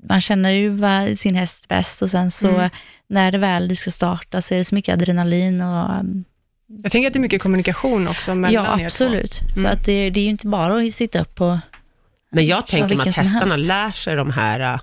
[SPEAKER 3] Man känner ju va- sin häst bäst och sen så
[SPEAKER 1] Mm.
[SPEAKER 3] eh, när det väl du ska starta så är det så mycket adrenalin och mm,
[SPEAKER 1] Jag tänker att det är mycket kommunikation också mellan er
[SPEAKER 3] ja,
[SPEAKER 1] två.
[SPEAKER 3] absolut. Så
[SPEAKER 1] Mm.
[SPEAKER 3] att det, det är ju inte bara att sitta upp och
[SPEAKER 2] Men jag
[SPEAKER 3] Ja,
[SPEAKER 2] tänker mig
[SPEAKER 3] vilken
[SPEAKER 2] att
[SPEAKER 3] som
[SPEAKER 2] hästarna
[SPEAKER 3] helst.
[SPEAKER 2] lär sig de här eh,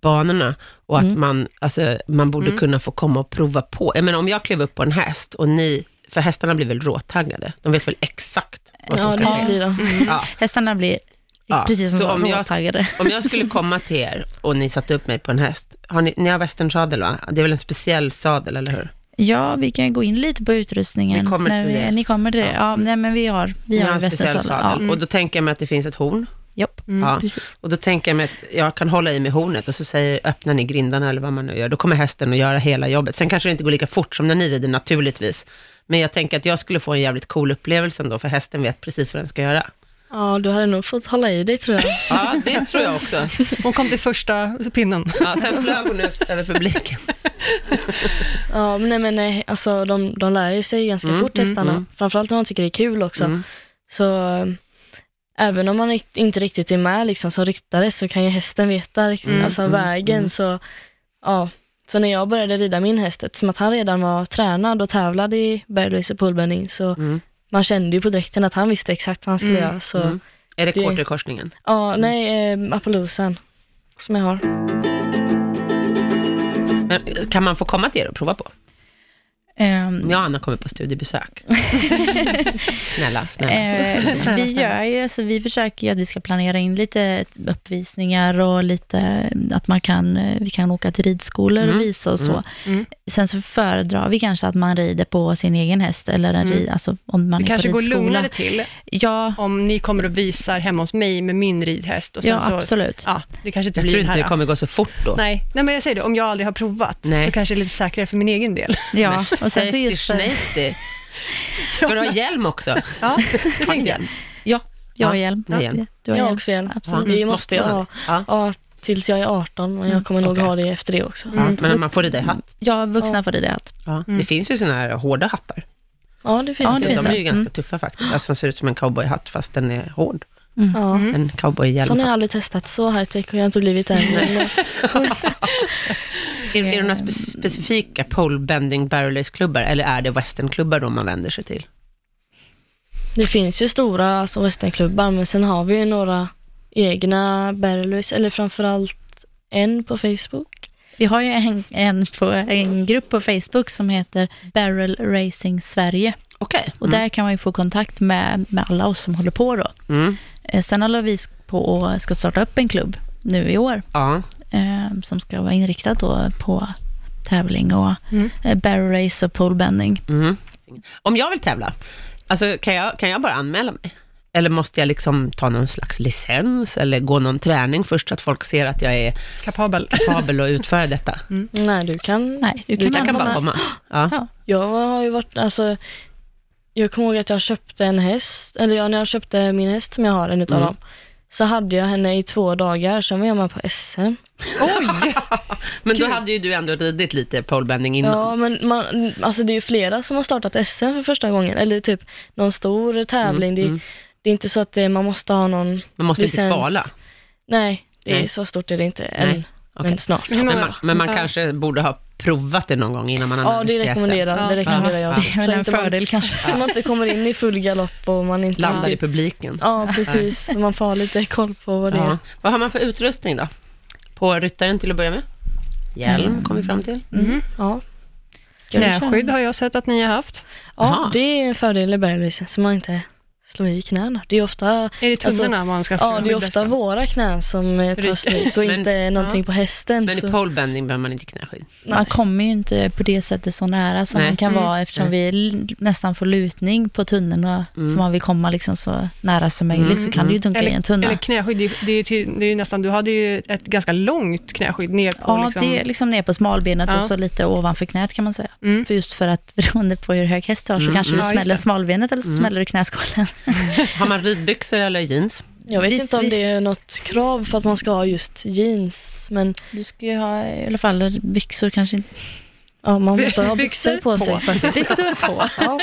[SPEAKER 2] banorna och att
[SPEAKER 3] Mm.
[SPEAKER 2] man, alltså, man borde
[SPEAKER 1] Mm.
[SPEAKER 2] kunna få komma och prova på. Jag menar, om jag klev upp på en häst och ni, för hästarna blir väl råtaggade? De vet väl exakt vad som
[SPEAKER 4] Ja,
[SPEAKER 2] ska Mm.
[SPEAKER 4] det
[SPEAKER 2] ske?
[SPEAKER 4] blir det.
[SPEAKER 2] Ja.
[SPEAKER 3] hästarna blir
[SPEAKER 2] Ja,
[SPEAKER 3] precis som
[SPEAKER 2] så om jag-
[SPEAKER 3] råtaggade.
[SPEAKER 2] Om jag skulle komma till er och ni satte upp mig på en häst, har ni, ni har västernsadel va? Det är väl en speciell sadel, eller hur?
[SPEAKER 3] Ja, vi kan ju gå in lite på utrustningen.
[SPEAKER 2] Vi kommer
[SPEAKER 3] när
[SPEAKER 2] till
[SPEAKER 3] vi,
[SPEAKER 2] det.
[SPEAKER 3] Ni kommer till det. Ja, nej, men vi har,
[SPEAKER 2] Ni
[SPEAKER 3] vi har,
[SPEAKER 2] en speciell
[SPEAKER 3] västersadel. Ja, Mm.
[SPEAKER 2] sadel. Och då tänker jag mig att det finns ett horn.
[SPEAKER 3] japp,
[SPEAKER 2] Ja.
[SPEAKER 3] precis.
[SPEAKER 2] Och då tänker jag mig att jag kan hålla i mig hornet och så säger, öppnar ni grindarna eller vad man nu gör. Då kommer hästen att göra hela jobbet. Sen kanske det inte går lika fort som när ni rider naturligtvis. Men jag tänker att jag skulle få en jävligt cool upplevelse ändå, för hästen vet precis vad den ska göra.
[SPEAKER 4] Ja, du hade nog fått hålla i dig tror jag.
[SPEAKER 2] Ja, det tror jag också.
[SPEAKER 1] Hon kom till första pinnen.
[SPEAKER 2] Ja, sen flög hon ut över publiken.
[SPEAKER 4] Ja, men nej, men nej, alltså de, de lär ju sig ganska
[SPEAKER 2] Mm,
[SPEAKER 4] fort
[SPEAKER 2] mm,
[SPEAKER 4] hästarna.
[SPEAKER 2] mm.
[SPEAKER 4] Framförallt när de tycker det är kul också.
[SPEAKER 2] Mm.
[SPEAKER 4] Så eh, även om man rikt- inte riktigt är med liksom, som ryttare så kan ju hästen veta riktigt,
[SPEAKER 1] Mm,
[SPEAKER 4] alltså
[SPEAKER 2] mm,
[SPEAKER 4] vägen.
[SPEAKER 2] mm.
[SPEAKER 4] Så, ja. så när jag började rida min häst, eftersom att han redan var tränad och tävlade i bergdöjs och pullbending, så
[SPEAKER 2] Mm.
[SPEAKER 4] man kände ju på dräkten att han visste exakt vad han skulle
[SPEAKER 1] Mm,
[SPEAKER 4] göra. Så,
[SPEAKER 2] Mm. Är det
[SPEAKER 4] Det-
[SPEAKER 2] quarterkorsningen?
[SPEAKER 4] ja, nej, eh, Appaloosan som jag har.
[SPEAKER 2] Men kan man få komma till er och prova på?
[SPEAKER 3] Ehm,
[SPEAKER 2] Om jag och Anna kommer på studiebesök. snälla, snälla.
[SPEAKER 3] eh, vi gör ju, alltså, vi försöker ju att vi ska planera in lite uppvisningar och lite mm, att man kan, eh, vi kan åka till ridskolor
[SPEAKER 2] Mm.
[SPEAKER 3] och visa och så.
[SPEAKER 2] Mm.
[SPEAKER 1] Mm.
[SPEAKER 3] Sen så föredrar vi kanske att man rider på sin egen häst eller en
[SPEAKER 1] Mm.
[SPEAKER 3] rid, alltså om man
[SPEAKER 1] Det
[SPEAKER 3] är
[SPEAKER 1] kanske
[SPEAKER 3] på
[SPEAKER 1] går
[SPEAKER 3] ridskola.
[SPEAKER 1] lugnare till
[SPEAKER 3] Ja,
[SPEAKER 1] om ni kommer och visar hemma hos mig med min ridhäst. Och sen
[SPEAKER 3] ja
[SPEAKER 1] så,
[SPEAKER 3] absolut.
[SPEAKER 1] Ja, det kanske inte
[SPEAKER 2] Jag
[SPEAKER 1] blir
[SPEAKER 2] tror
[SPEAKER 1] den
[SPEAKER 2] inte
[SPEAKER 1] här.
[SPEAKER 2] det kommer gå så fort då.
[SPEAKER 1] Nej. Nej, men jag säger det, om jag aldrig har provat,
[SPEAKER 2] Nej.
[SPEAKER 1] då kanske det är lite säkrare för min egen del.
[SPEAKER 3] Ja, och sen så
[SPEAKER 2] Safety,
[SPEAKER 3] just för,
[SPEAKER 2] safety. Ska du ha hjälm också?
[SPEAKER 1] Ja, det tänkte jag.
[SPEAKER 3] jag har
[SPEAKER 2] Ja,
[SPEAKER 3] hjälm.
[SPEAKER 2] det är hjälm.
[SPEAKER 3] Du har
[SPEAKER 4] jag
[SPEAKER 3] hjälm.
[SPEAKER 4] också igen.
[SPEAKER 3] Absolut.
[SPEAKER 4] Det måste jag
[SPEAKER 2] man
[SPEAKER 4] ha.
[SPEAKER 2] det? Ja.
[SPEAKER 4] Ja, tills jag är 18, men jag kommer nog
[SPEAKER 2] okej.
[SPEAKER 4] ha det efter det också.
[SPEAKER 2] Ja,
[SPEAKER 3] Mm.
[SPEAKER 2] men man får rida i hatt.
[SPEAKER 3] Ja, vuxna får rida i hatt.
[SPEAKER 2] Ja. Det finns ju sådana här hårda hattar. Alltså,
[SPEAKER 4] Ja, det finns
[SPEAKER 3] Ja,
[SPEAKER 4] det.
[SPEAKER 3] det finns
[SPEAKER 2] de är ju
[SPEAKER 3] det.
[SPEAKER 2] ganska
[SPEAKER 3] Mm.
[SPEAKER 2] tuffa faktiskt. Alltså, som ser ut som en cowboyhatt fast den är hård.
[SPEAKER 4] Ja.
[SPEAKER 3] Mm.
[SPEAKER 2] En cowboyhjälm.
[SPEAKER 4] Sån har jag aldrig testat, så high tech har jag inte blivit än. Men, eh,
[SPEAKER 2] Är, är det
[SPEAKER 3] eh,
[SPEAKER 2] några spe specifika polebending barrel race klubbar eller är det westernklubbar då man vänder sig till?
[SPEAKER 4] det finns ju stora alltså, westernklubbar, men sen har vi ju några egna Berlus, eller framförallt en på Facebook.
[SPEAKER 3] Vi har ju en, en, på, en grupp på Facebook som heter Barrel Racing Sverige.
[SPEAKER 2] Okej.
[SPEAKER 3] Och där kan man ju få kontakt med, med alla oss som håller på då.
[SPEAKER 2] Mm.
[SPEAKER 3] Eh, Sen håller vi på och ska starta upp en klubb nu i år
[SPEAKER 2] Ja.
[SPEAKER 3] eh, som ska vara inriktad då på tävling och
[SPEAKER 1] Mm.
[SPEAKER 3] eh, barrel race och poolbending.
[SPEAKER 2] Mm. Om jag vill tävla, alltså, kan, jag, kan jag bara anmäla mig? Eller måste jag liksom ta någon slags licens eller gå någon träning först så att folk ser att jag är
[SPEAKER 1] Kapabel.
[SPEAKER 2] kapabel att utföra detta?
[SPEAKER 4] Mm.
[SPEAKER 3] Mm.
[SPEAKER 4] Nej, du kan.
[SPEAKER 3] Nej, du kan,
[SPEAKER 2] Du kan, kan bara
[SPEAKER 3] använda-
[SPEAKER 2] komma. Ja.
[SPEAKER 4] Jag har ju varit, alltså, jag kommer ihåg att jag köpte en häst, eller ja, när jag köpte min häst som jag har, en utav
[SPEAKER 2] Mm.
[SPEAKER 4] dem, så hade jag henne i två dagar, sen var jag med på SM.
[SPEAKER 1] Oj!
[SPEAKER 2] Men då hade ju du ändå ridit lite polebending innan.
[SPEAKER 4] Ja, men man, alltså det är ju flera som har startat SM för första gången, eller typ någon stor tävling. det, det är inte så att det, man måste ha någon
[SPEAKER 2] Mm, Man måste inte
[SPEAKER 4] licens.
[SPEAKER 2] kvala.
[SPEAKER 4] Nej, det är
[SPEAKER 2] Nej.
[SPEAKER 4] så stort är det inte än,
[SPEAKER 2] Nej, okej.
[SPEAKER 4] men snart.
[SPEAKER 1] Hur
[SPEAKER 2] Men
[SPEAKER 1] många-
[SPEAKER 2] man, men man
[SPEAKER 1] Ja.
[SPEAKER 2] kanske borde ha provat det någon gång innan man
[SPEAKER 4] Ja,
[SPEAKER 2] använder
[SPEAKER 4] det
[SPEAKER 2] sig till SM.
[SPEAKER 4] rekommenderar,
[SPEAKER 1] Ja.
[SPEAKER 4] det rekommenderar
[SPEAKER 2] Ja.
[SPEAKER 4] jag.
[SPEAKER 3] Det är väl
[SPEAKER 4] Så
[SPEAKER 3] en
[SPEAKER 4] inte man-
[SPEAKER 3] fördel kanske.
[SPEAKER 4] Så man inte kommer in i full galopp och man inte...
[SPEAKER 2] Landar i
[SPEAKER 4] riktigt-
[SPEAKER 2] publiken.
[SPEAKER 4] Ja, precis. Man får ha lite koll på vad det är.
[SPEAKER 2] Ja. Vad har man för utrustning då?
[SPEAKER 4] Mm.
[SPEAKER 2] På ryttaren till att börja med? Hjälm kom vi fram till.
[SPEAKER 4] Ja.
[SPEAKER 3] Ja, det känner
[SPEAKER 1] Knäskydd
[SPEAKER 3] jag.
[SPEAKER 1] har jag sett att ni har haft.
[SPEAKER 2] Aha.
[SPEAKER 4] Ja, det är en fördel i bergracing, så man inte slår i knäna. Det är ofta,
[SPEAKER 1] Är det tunnorna man ska
[SPEAKER 4] Alltså, ja, det är
[SPEAKER 1] skyddas
[SPEAKER 4] ofta
[SPEAKER 1] från?
[SPEAKER 4] våra knän som eh,
[SPEAKER 1] Ryker.
[SPEAKER 4] tar stryk och
[SPEAKER 2] Men-
[SPEAKER 4] inte någonting på hästen.
[SPEAKER 2] Men i
[SPEAKER 4] så-
[SPEAKER 2] polebending behöver man inte knäskydd.
[SPEAKER 3] Man kommer ju inte på det sättet så nära som
[SPEAKER 2] Nej.
[SPEAKER 3] man kan
[SPEAKER 1] Mm.
[SPEAKER 3] vara eftersom vi l- nästan får lutning på tunnorna. För man vill komma liksom så nära som möjligt
[SPEAKER 2] Mm.
[SPEAKER 3] så kan du ju dunka i en tunna.
[SPEAKER 1] Mm. Eller knäskydd, det är, det, är ty, det är ju nästan, du hade ju ett ganska långt knäskydd ner på
[SPEAKER 3] ja,
[SPEAKER 1] liksom...
[SPEAKER 3] det är liksom ner på smalbenet
[SPEAKER 1] Ja.
[SPEAKER 3] och så lite ovanför knät kan man säga.
[SPEAKER 1] Mm.
[SPEAKER 3] För just för att beroende på hur hög häst du har så kanske du
[SPEAKER 1] Ja, just
[SPEAKER 3] smäller
[SPEAKER 1] det. Mm.
[SPEAKER 3] smalbenet eller så smäller du knäskålen.
[SPEAKER 2] Har man ridbyxor eller jeans?
[SPEAKER 4] Jag vet
[SPEAKER 3] Visst,
[SPEAKER 4] inte om
[SPEAKER 3] vi-
[SPEAKER 4] det är något krav på att man ska ha just jeans, men
[SPEAKER 3] Du ska ju ha i alla fall byxor kanske inte.
[SPEAKER 4] ja, man måste ha
[SPEAKER 1] Byxor
[SPEAKER 4] byxor på sig.
[SPEAKER 1] på.
[SPEAKER 4] faktiskt.
[SPEAKER 3] Byxor på.
[SPEAKER 4] Ja.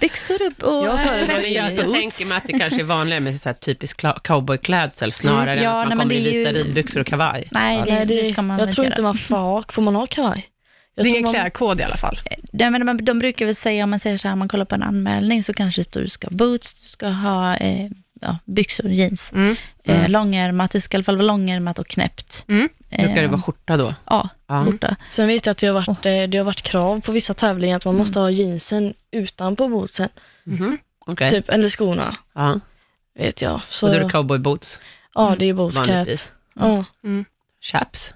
[SPEAKER 3] byxor upp och eh,
[SPEAKER 4] Jag föredrar
[SPEAKER 3] väska
[SPEAKER 4] det.
[SPEAKER 2] Jag
[SPEAKER 3] på.
[SPEAKER 2] tänker mig att det kanske är vanligare med så här typisk cla- cowboyklädsel snarare
[SPEAKER 3] Mm, ja,
[SPEAKER 2] än att
[SPEAKER 3] nej,
[SPEAKER 2] man
[SPEAKER 3] men
[SPEAKER 2] kommer i
[SPEAKER 3] det är
[SPEAKER 2] vita
[SPEAKER 3] ju-
[SPEAKER 2] ridbyxor och kavaj.
[SPEAKER 3] Nej,
[SPEAKER 4] Ja,
[SPEAKER 3] det, det ska man
[SPEAKER 4] jag
[SPEAKER 3] väl
[SPEAKER 4] tror
[SPEAKER 3] göra.
[SPEAKER 4] inte man får ha, får man ha kavaj? Jag
[SPEAKER 1] Det är
[SPEAKER 4] tror
[SPEAKER 1] ingen
[SPEAKER 4] man-
[SPEAKER 1] klädkod i alla fall.
[SPEAKER 3] Nej, men de, de brukar väl säga, om man säger så här, om man kollar på en anmälning, så kanske det står du ska ha boots, du ska ha eh, ja, byxor, jeans,
[SPEAKER 1] Mm.
[SPEAKER 3] eh, långärmat, det ska i alla fall vara långärmat och knäppt.
[SPEAKER 1] Mm.
[SPEAKER 2] Brukar det vara skjorta då?
[SPEAKER 3] Ja, Mm.
[SPEAKER 2] Ja.
[SPEAKER 3] skjorta.
[SPEAKER 4] Sen vet jag att det har varit, eh, det har varit krav på vissa tävlingar att man måste ha jeansen utanpå bootsen,
[SPEAKER 2] Okej.
[SPEAKER 4] typ, eller skorna.
[SPEAKER 2] Ja.
[SPEAKER 4] Vet jag. Så,
[SPEAKER 2] Och då är det cowboyboots,
[SPEAKER 4] ja, det är bootcat.
[SPEAKER 2] vanligtvis.
[SPEAKER 4] Ja.
[SPEAKER 2] Chaps.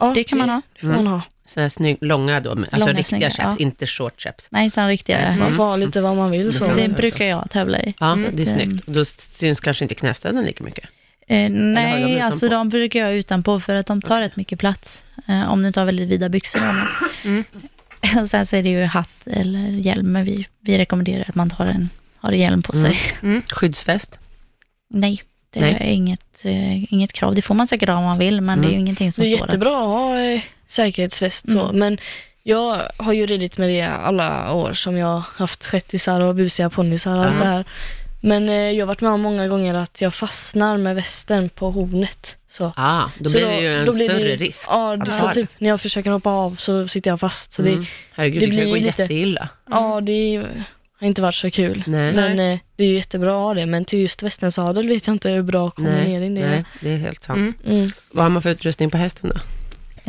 [SPEAKER 4] Ja,
[SPEAKER 3] Det kan man ha.
[SPEAKER 4] Det får man ha.
[SPEAKER 2] Såna här snygg, långa då, med, alltså
[SPEAKER 3] Långa,
[SPEAKER 2] riktiga
[SPEAKER 3] snygga,
[SPEAKER 2] chaps,
[SPEAKER 3] ja.
[SPEAKER 2] inte short chaps.
[SPEAKER 3] Nej, utan riktiga.
[SPEAKER 4] Man får ha lite vad man vill. Så.
[SPEAKER 2] Mm.
[SPEAKER 3] Det brukar jag tävla i.
[SPEAKER 2] Ja,
[SPEAKER 1] Mm.
[SPEAKER 2] det är snyggt. Och Då syns kanske inte knästöden lika mycket.
[SPEAKER 3] Eh,
[SPEAKER 2] har de
[SPEAKER 3] nej,
[SPEAKER 2] utanpå?
[SPEAKER 3] alltså de brukar jag ha utanpå för att de tar rätt mycket plats. Eh, om du inte har väldigt vida byxor.
[SPEAKER 1] Mm.
[SPEAKER 3] Mm. Och sen så är det ju hatt eller hjälm, men vi, vi rekommenderar att man tar en, har en hjälm på sig.
[SPEAKER 2] Skyddsväst.
[SPEAKER 3] Nej, det
[SPEAKER 2] Nej.
[SPEAKER 3] är inget, eh, inget krav. Det får man säkert ha om man vill, men det är ju ingenting som
[SPEAKER 4] Mm. Det är
[SPEAKER 3] står
[SPEAKER 4] jättebra
[SPEAKER 3] att...
[SPEAKER 4] att ha eh, säkerhetsväst så,
[SPEAKER 2] Mm.
[SPEAKER 4] men jag har ju ridit med det alla år som jag haft shettisar och busiga ponnysar och allt det här. Men eh, jag har varit med om många gånger att jag fastnar med västen på hornet. Så.
[SPEAKER 2] Ah, då
[SPEAKER 4] så
[SPEAKER 2] blir det ju en
[SPEAKER 4] då blir det
[SPEAKER 2] större
[SPEAKER 4] ju-
[SPEAKER 2] risk.
[SPEAKER 4] Ja,
[SPEAKER 2] att
[SPEAKER 4] det,
[SPEAKER 2] du
[SPEAKER 4] så
[SPEAKER 2] har
[SPEAKER 4] typ när jag försöker hoppa av så sitter jag fast. Så det,
[SPEAKER 2] Mm. Herregud,
[SPEAKER 4] det
[SPEAKER 2] det, kan ju
[SPEAKER 4] blir
[SPEAKER 2] gå
[SPEAKER 4] lite-
[SPEAKER 2] jätteilla.
[SPEAKER 4] Ja, det är- har inte varit så kul.
[SPEAKER 2] Nej.
[SPEAKER 4] Men eh, det är ju jättebra att ha det, men till just västensadel vet jag inte hur bra kombinering det är.
[SPEAKER 2] nej, det är helt sant.
[SPEAKER 1] Mm.
[SPEAKER 4] Mm.
[SPEAKER 2] Vad har man för utrustning på hästen då?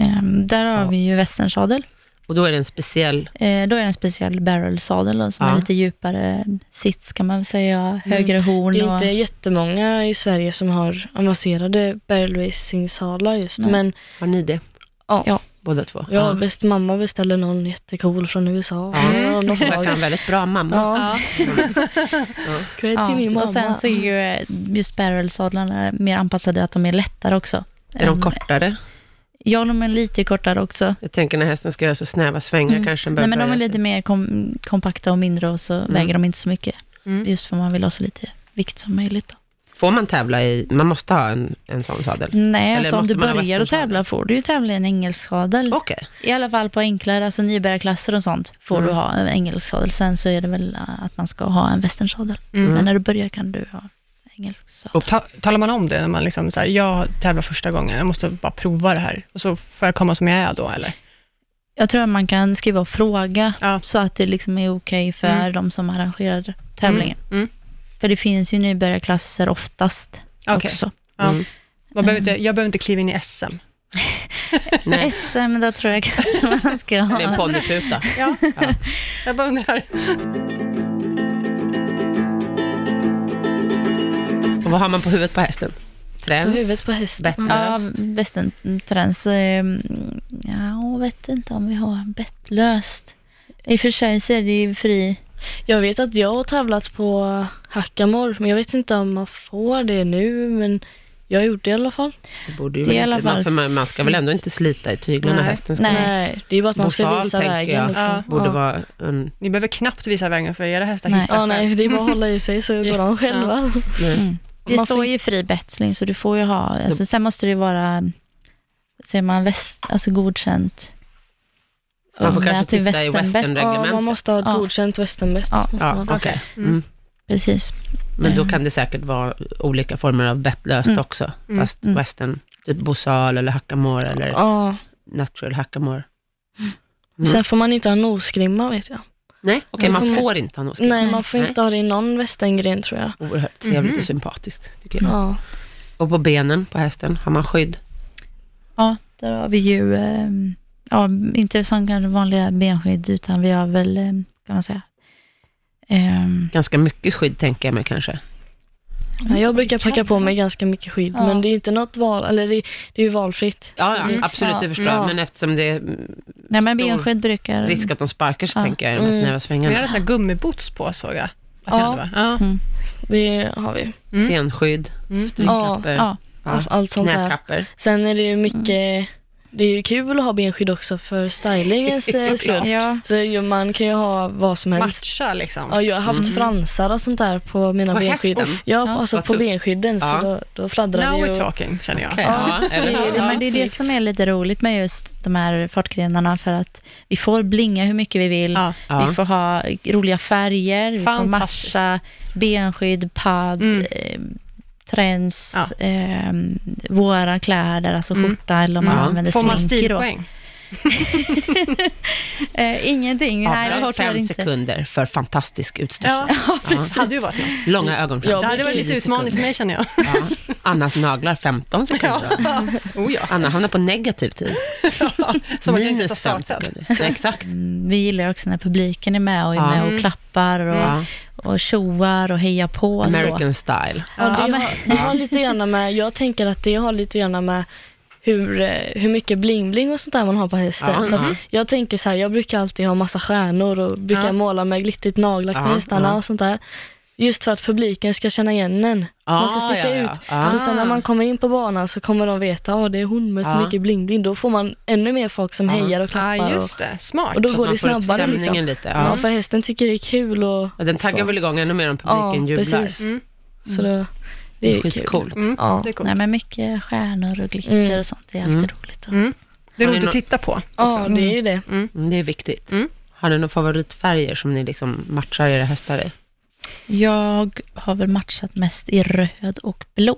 [SPEAKER 3] Ehm, där har
[SPEAKER 2] Så.
[SPEAKER 3] vi ju västernsadel.
[SPEAKER 2] Och då är det en speciell...
[SPEAKER 3] Eh, då är det en speciell barrelsadel då, som
[SPEAKER 2] Ja.
[SPEAKER 3] är lite djupare sits kan man väl säga, högre horn.
[SPEAKER 4] Mm. Det är
[SPEAKER 3] och,
[SPEAKER 4] inte jättemånga i Sverige som har avancerade barrel racing sadlar just,
[SPEAKER 3] Nej.
[SPEAKER 4] men
[SPEAKER 2] Har ni det?
[SPEAKER 4] Ja.
[SPEAKER 3] Ja.
[SPEAKER 2] Båda två?
[SPEAKER 4] jag och bäst mamma beställde någon jättecool från USA.
[SPEAKER 2] Ja.
[SPEAKER 3] Mm.
[SPEAKER 4] Av något
[SPEAKER 2] Det verkar
[SPEAKER 4] slag.
[SPEAKER 2] en väldigt bra mamma.
[SPEAKER 4] Ja, cred till min
[SPEAKER 3] ja.
[SPEAKER 4] mamma.
[SPEAKER 3] och sen så är ju eh, just barrelsadlarna mer anpassade att de är lättare också.
[SPEAKER 2] Är de
[SPEAKER 3] Ehm,
[SPEAKER 2] kortare?
[SPEAKER 3] Ja, de är lite kortare också.
[SPEAKER 2] Jag tänker när hästen ska göra så snäva svängar
[SPEAKER 3] Mm.
[SPEAKER 2] kanske den
[SPEAKER 3] Nej,
[SPEAKER 2] behöver
[SPEAKER 3] men de är
[SPEAKER 2] böja
[SPEAKER 3] lite
[SPEAKER 2] sig.
[SPEAKER 3] mer kom, kompakta och mindre och så väger de inte så mycket.
[SPEAKER 1] Mm.
[SPEAKER 3] Just för man vill ha så lite vikt som möjligt. Då.
[SPEAKER 2] Får man tävla i... Man måste ha en, en sån sadel?
[SPEAKER 3] Nej,
[SPEAKER 2] Eller
[SPEAKER 3] alltså om
[SPEAKER 2] måste
[SPEAKER 3] du
[SPEAKER 2] man ha
[SPEAKER 3] börjar att
[SPEAKER 2] västernsadel?
[SPEAKER 3] tävla får du ju tävla i en engelsk sadel.
[SPEAKER 2] Okej.
[SPEAKER 3] I alla fall på enklare, alltså nybörjarklasser och sånt, får
[SPEAKER 2] Mm.
[SPEAKER 3] du ha en engelsk sadel. Sen så är det väl eh, att man ska ha en västernsadel.
[SPEAKER 1] Mm.
[SPEAKER 3] Men när du börjar kan du ha engelsk sadel.
[SPEAKER 1] Ta, talar man om det när man liksom så här, jag tävlar första gången, jag måste bara prova det här, och så får jag komma som jag är då, eller?
[SPEAKER 3] Jag tror att man kan skriva och fråga,
[SPEAKER 1] Ja.
[SPEAKER 3] så att det liksom är okej för
[SPEAKER 1] Mm.
[SPEAKER 3] de som arrangerar tävlingen.
[SPEAKER 1] Mm. Mm.
[SPEAKER 3] För det finns ju nybörjarklasser oftast
[SPEAKER 1] Okej.
[SPEAKER 3] också.
[SPEAKER 1] Ja.
[SPEAKER 2] Mm.
[SPEAKER 1] Man behöver inte, jag behöver inte kliva in i SM.
[SPEAKER 2] Nej,
[SPEAKER 3] SM, där tror jag kanske man ska
[SPEAKER 2] det är en
[SPEAKER 3] ha.
[SPEAKER 2] ponnyputa.
[SPEAKER 1] Ja. Jag bara undrar.
[SPEAKER 2] Och vad har man på huvudet på hästen?
[SPEAKER 4] På
[SPEAKER 2] Träns?
[SPEAKER 4] huvudet på hästen. Mm.
[SPEAKER 2] Bättre.
[SPEAKER 3] Ja,
[SPEAKER 2] Löst.
[SPEAKER 3] västerntrends. ehm, Ja, vet inte om vi har bettlöst. I och för sig så är det ju fri.
[SPEAKER 4] Jag vet att jag har tävlat på hackamore, men jag vet inte om man får det nu, men jag gjorde det i alla fall.
[SPEAKER 2] Det borde ju
[SPEAKER 3] Det är
[SPEAKER 2] väl
[SPEAKER 3] i alla
[SPEAKER 2] inte- man-
[SPEAKER 3] fall-
[SPEAKER 2] För man, man ska väl ändå inte slita i tyglarna
[SPEAKER 1] Nej.
[SPEAKER 2] hästen ska
[SPEAKER 3] Nej.
[SPEAKER 4] Nej, det är bara att man ska
[SPEAKER 2] Bosal,
[SPEAKER 4] visa
[SPEAKER 2] tänker
[SPEAKER 4] vägen.
[SPEAKER 2] jag.
[SPEAKER 4] Liksom.
[SPEAKER 1] Ja.
[SPEAKER 2] Borde vara en...
[SPEAKER 1] Ni behöver knappt visa vägen för era hästar
[SPEAKER 3] Nej.
[SPEAKER 1] hittar
[SPEAKER 4] Ja, nej,
[SPEAKER 1] själv.
[SPEAKER 4] det är bara att hålla i sig så går de själva.
[SPEAKER 2] Nej.
[SPEAKER 3] Det
[SPEAKER 4] Man får-
[SPEAKER 3] står ju fri bettsling så du får ju ha. Alltså, sen måste det vara, säger man väst, alltså godkänt.
[SPEAKER 2] Man får
[SPEAKER 3] Ja,
[SPEAKER 2] kanske
[SPEAKER 3] till
[SPEAKER 2] titta i
[SPEAKER 3] västernbäst.
[SPEAKER 4] Ja,
[SPEAKER 2] westernreglementet.
[SPEAKER 4] man måste ha ett
[SPEAKER 3] Ja.
[SPEAKER 4] godkänt västernbäst.
[SPEAKER 3] Ja.
[SPEAKER 4] måste
[SPEAKER 2] Ja,
[SPEAKER 4] man.
[SPEAKER 2] okej. Mm.
[SPEAKER 3] Precis.
[SPEAKER 2] Men då kan det säkert vara olika former av bettlöst
[SPEAKER 3] Mm.
[SPEAKER 2] också, fast
[SPEAKER 3] Mm.
[SPEAKER 2] western. Typ bosal eller hackamore eller
[SPEAKER 4] Ja.
[SPEAKER 2] natural hackamore. Mm.
[SPEAKER 4] Sen får man inte ha nosgrimma vet jag.
[SPEAKER 2] Nej, okej,
[SPEAKER 4] Nej,
[SPEAKER 2] man
[SPEAKER 4] får-
[SPEAKER 2] får inte ha något skrivet.
[SPEAKER 4] Nej, man får inte ha det i någon västerngren tror jag.
[SPEAKER 2] Oerhört trevligt
[SPEAKER 1] Mhm.
[SPEAKER 2] och sympatiskt, tycker jag.
[SPEAKER 4] Ja.
[SPEAKER 2] Och på benen på hästen, har man skydd?
[SPEAKER 3] Ja, där har vi ju ehm, ja, inte som kanske vanliga benskydd, utan vi har väl, eh, kan man säga, ehm,
[SPEAKER 2] Ganska mycket skydd tänker jag mig kanske.
[SPEAKER 4] Ja, jag brukar packa på mig ganska mycket skydd,
[SPEAKER 3] Ja.
[SPEAKER 4] men det är inte något val, eller det, det är ju valfritt.
[SPEAKER 2] Ja,
[SPEAKER 4] Så-
[SPEAKER 2] ja absolut, det
[SPEAKER 3] Ja,
[SPEAKER 2] förstår jag.
[SPEAKER 4] ja.
[SPEAKER 2] Men eftersom det är mm,
[SPEAKER 3] nej men
[SPEAKER 2] stor
[SPEAKER 3] benskydd brukar...
[SPEAKER 2] risk att de sparkar så
[SPEAKER 3] Ja.
[SPEAKER 2] tänker jag i de här
[SPEAKER 4] Mm.
[SPEAKER 2] snäva
[SPEAKER 1] Ni
[SPEAKER 2] svängarna.
[SPEAKER 1] hade sådana gummiboots på såg jag. Att ni
[SPEAKER 4] Ja.
[SPEAKER 1] hade, va? ja.
[SPEAKER 4] Det har vi.
[SPEAKER 1] Mm.
[SPEAKER 2] Senskydd,
[SPEAKER 1] Mm.
[SPEAKER 2] strykkappor,
[SPEAKER 3] Ja,
[SPEAKER 2] ja.
[SPEAKER 4] Allt, allt sånt där.
[SPEAKER 2] knäkappor.
[SPEAKER 4] Sen är det ju mycket, det är ju kul att ha benskydd också för stylingens eh,
[SPEAKER 2] Såklart.
[SPEAKER 4] skull.
[SPEAKER 3] ja.
[SPEAKER 4] Så ju- man kan ju ha vad som helst.
[SPEAKER 1] Matcha liksom.
[SPEAKER 4] Ja, jag har haft fransar och sånt där på mina
[SPEAKER 2] På
[SPEAKER 4] benskydd.
[SPEAKER 2] hästen?
[SPEAKER 4] Ja,
[SPEAKER 3] Ja.
[SPEAKER 4] alltså
[SPEAKER 2] Vad
[SPEAKER 4] på
[SPEAKER 2] tufft.
[SPEAKER 4] benskydden.
[SPEAKER 2] Ja.
[SPEAKER 4] Så då, då fladdrar
[SPEAKER 1] Now
[SPEAKER 4] det
[SPEAKER 1] we're
[SPEAKER 4] ju.
[SPEAKER 1] talking, känner jag.
[SPEAKER 2] Okej,
[SPEAKER 4] Ja.
[SPEAKER 2] ja, eller-
[SPEAKER 4] Ja.
[SPEAKER 3] Ja, men det är det
[SPEAKER 4] snyggt.
[SPEAKER 3] som är lite roligt med just de här fartgrenarna, för att vi får blinga hur mycket vi vill,
[SPEAKER 1] Ja.
[SPEAKER 2] Ja.
[SPEAKER 3] vi får ha roliga färger, vi får
[SPEAKER 1] Fantastiskt.
[SPEAKER 3] matcha benskydd, pad,
[SPEAKER 1] Mm.
[SPEAKER 3] eh, träns, ehm, våra kläder, alltså skjorta eller om man
[SPEAKER 2] Ja.
[SPEAKER 3] använder
[SPEAKER 1] Får man
[SPEAKER 3] sminker då.
[SPEAKER 1] stilpoäng?
[SPEAKER 3] Eh, ingenting, nej det
[SPEAKER 2] Avdrag
[SPEAKER 3] hårt
[SPEAKER 2] fem
[SPEAKER 3] jag inte.
[SPEAKER 2] sekunder för fantastisk utstyrsel.
[SPEAKER 1] Ja, precis. hade ju varit något.
[SPEAKER 2] Långa ögonfransar.
[SPEAKER 1] Det hade varit lite
[SPEAKER 2] 10
[SPEAKER 1] utmaning för
[SPEAKER 2] sekunder.
[SPEAKER 1] mig, känner jag.
[SPEAKER 2] Ja. Annas naglar 15 sekunder.
[SPEAKER 1] Oh, ja.
[SPEAKER 2] Anna hamnar på negativ tid.
[SPEAKER 1] Som att jag inte
[SPEAKER 2] Minus
[SPEAKER 1] ens har
[SPEAKER 2] 5
[SPEAKER 1] startat.
[SPEAKER 2] sekunder. Ja, exakt.
[SPEAKER 3] Mm, Vi gillar ju också när publiken är med och är
[SPEAKER 2] Ja.
[SPEAKER 3] med
[SPEAKER 1] Mm.
[SPEAKER 3] och klappar och,
[SPEAKER 2] Ja.
[SPEAKER 3] och tjoar och hejar på. och Så.
[SPEAKER 2] American style.
[SPEAKER 4] Ja, det,
[SPEAKER 3] Ja, men-
[SPEAKER 4] har, det har lite grann med, jag tänker att det har lite grann med hur, eh, hur mycket bling-bling och sånt där man har på hästen.
[SPEAKER 2] Ja, Mm.
[SPEAKER 4] För att
[SPEAKER 2] ja.
[SPEAKER 4] Jag tänker så här, jag brukar alltid ha massa stjärnor och brukar
[SPEAKER 1] Ja.
[SPEAKER 4] måla med glittrigt nagellack på
[SPEAKER 2] Ja,
[SPEAKER 4] hästarna
[SPEAKER 2] ja.
[SPEAKER 4] och sånt där. Just för att publiken ska känna igen en. man ska
[SPEAKER 2] Ah,
[SPEAKER 4] sticka
[SPEAKER 2] ja, ja.
[SPEAKER 4] ut.
[SPEAKER 2] Ah.
[SPEAKER 4] Så sen när man kommer in på banan så kommer de veta att det är hon med så
[SPEAKER 2] Ja.
[SPEAKER 4] mycket bling-bling. Då får man ännu mer folk som
[SPEAKER 2] Ja.
[SPEAKER 4] hejar och klappar.
[SPEAKER 1] Ja,
[SPEAKER 4] och,
[SPEAKER 1] just det. Smart.
[SPEAKER 4] och då
[SPEAKER 2] Så
[SPEAKER 4] går
[SPEAKER 2] att man
[SPEAKER 4] det
[SPEAKER 2] får upp
[SPEAKER 4] snabbare.
[SPEAKER 2] stämningen
[SPEAKER 4] Liksom.
[SPEAKER 2] lite.
[SPEAKER 4] Ja.
[SPEAKER 2] Ja.
[SPEAKER 4] för hästen tycker det är kul och
[SPEAKER 2] Ja, Den taggar
[SPEAKER 4] Så.
[SPEAKER 2] väl igång ännu mer om
[SPEAKER 4] ja,
[SPEAKER 2] publiken jublar.
[SPEAKER 4] precis.
[SPEAKER 1] Mm.
[SPEAKER 4] Så då, det är kul.
[SPEAKER 2] Skitcoolt.
[SPEAKER 1] Mm.
[SPEAKER 4] Ja.
[SPEAKER 1] Det är coolt.
[SPEAKER 3] Nej, men mycket stjärnor och glitter
[SPEAKER 4] Mm.
[SPEAKER 3] och sånt, det är alltid
[SPEAKER 2] Mm.
[SPEAKER 3] roligt.
[SPEAKER 1] Mm. Det är
[SPEAKER 2] Har ni
[SPEAKER 1] roligt att
[SPEAKER 2] nå-
[SPEAKER 1] titta på.
[SPEAKER 4] Ja, det är ju det.
[SPEAKER 2] Mm, Det är viktigt.
[SPEAKER 1] Mm.
[SPEAKER 2] Har ni några favoritfärger som ni liksom matchar era hästar i?
[SPEAKER 3] Jag har väl matchat mest i röd och blå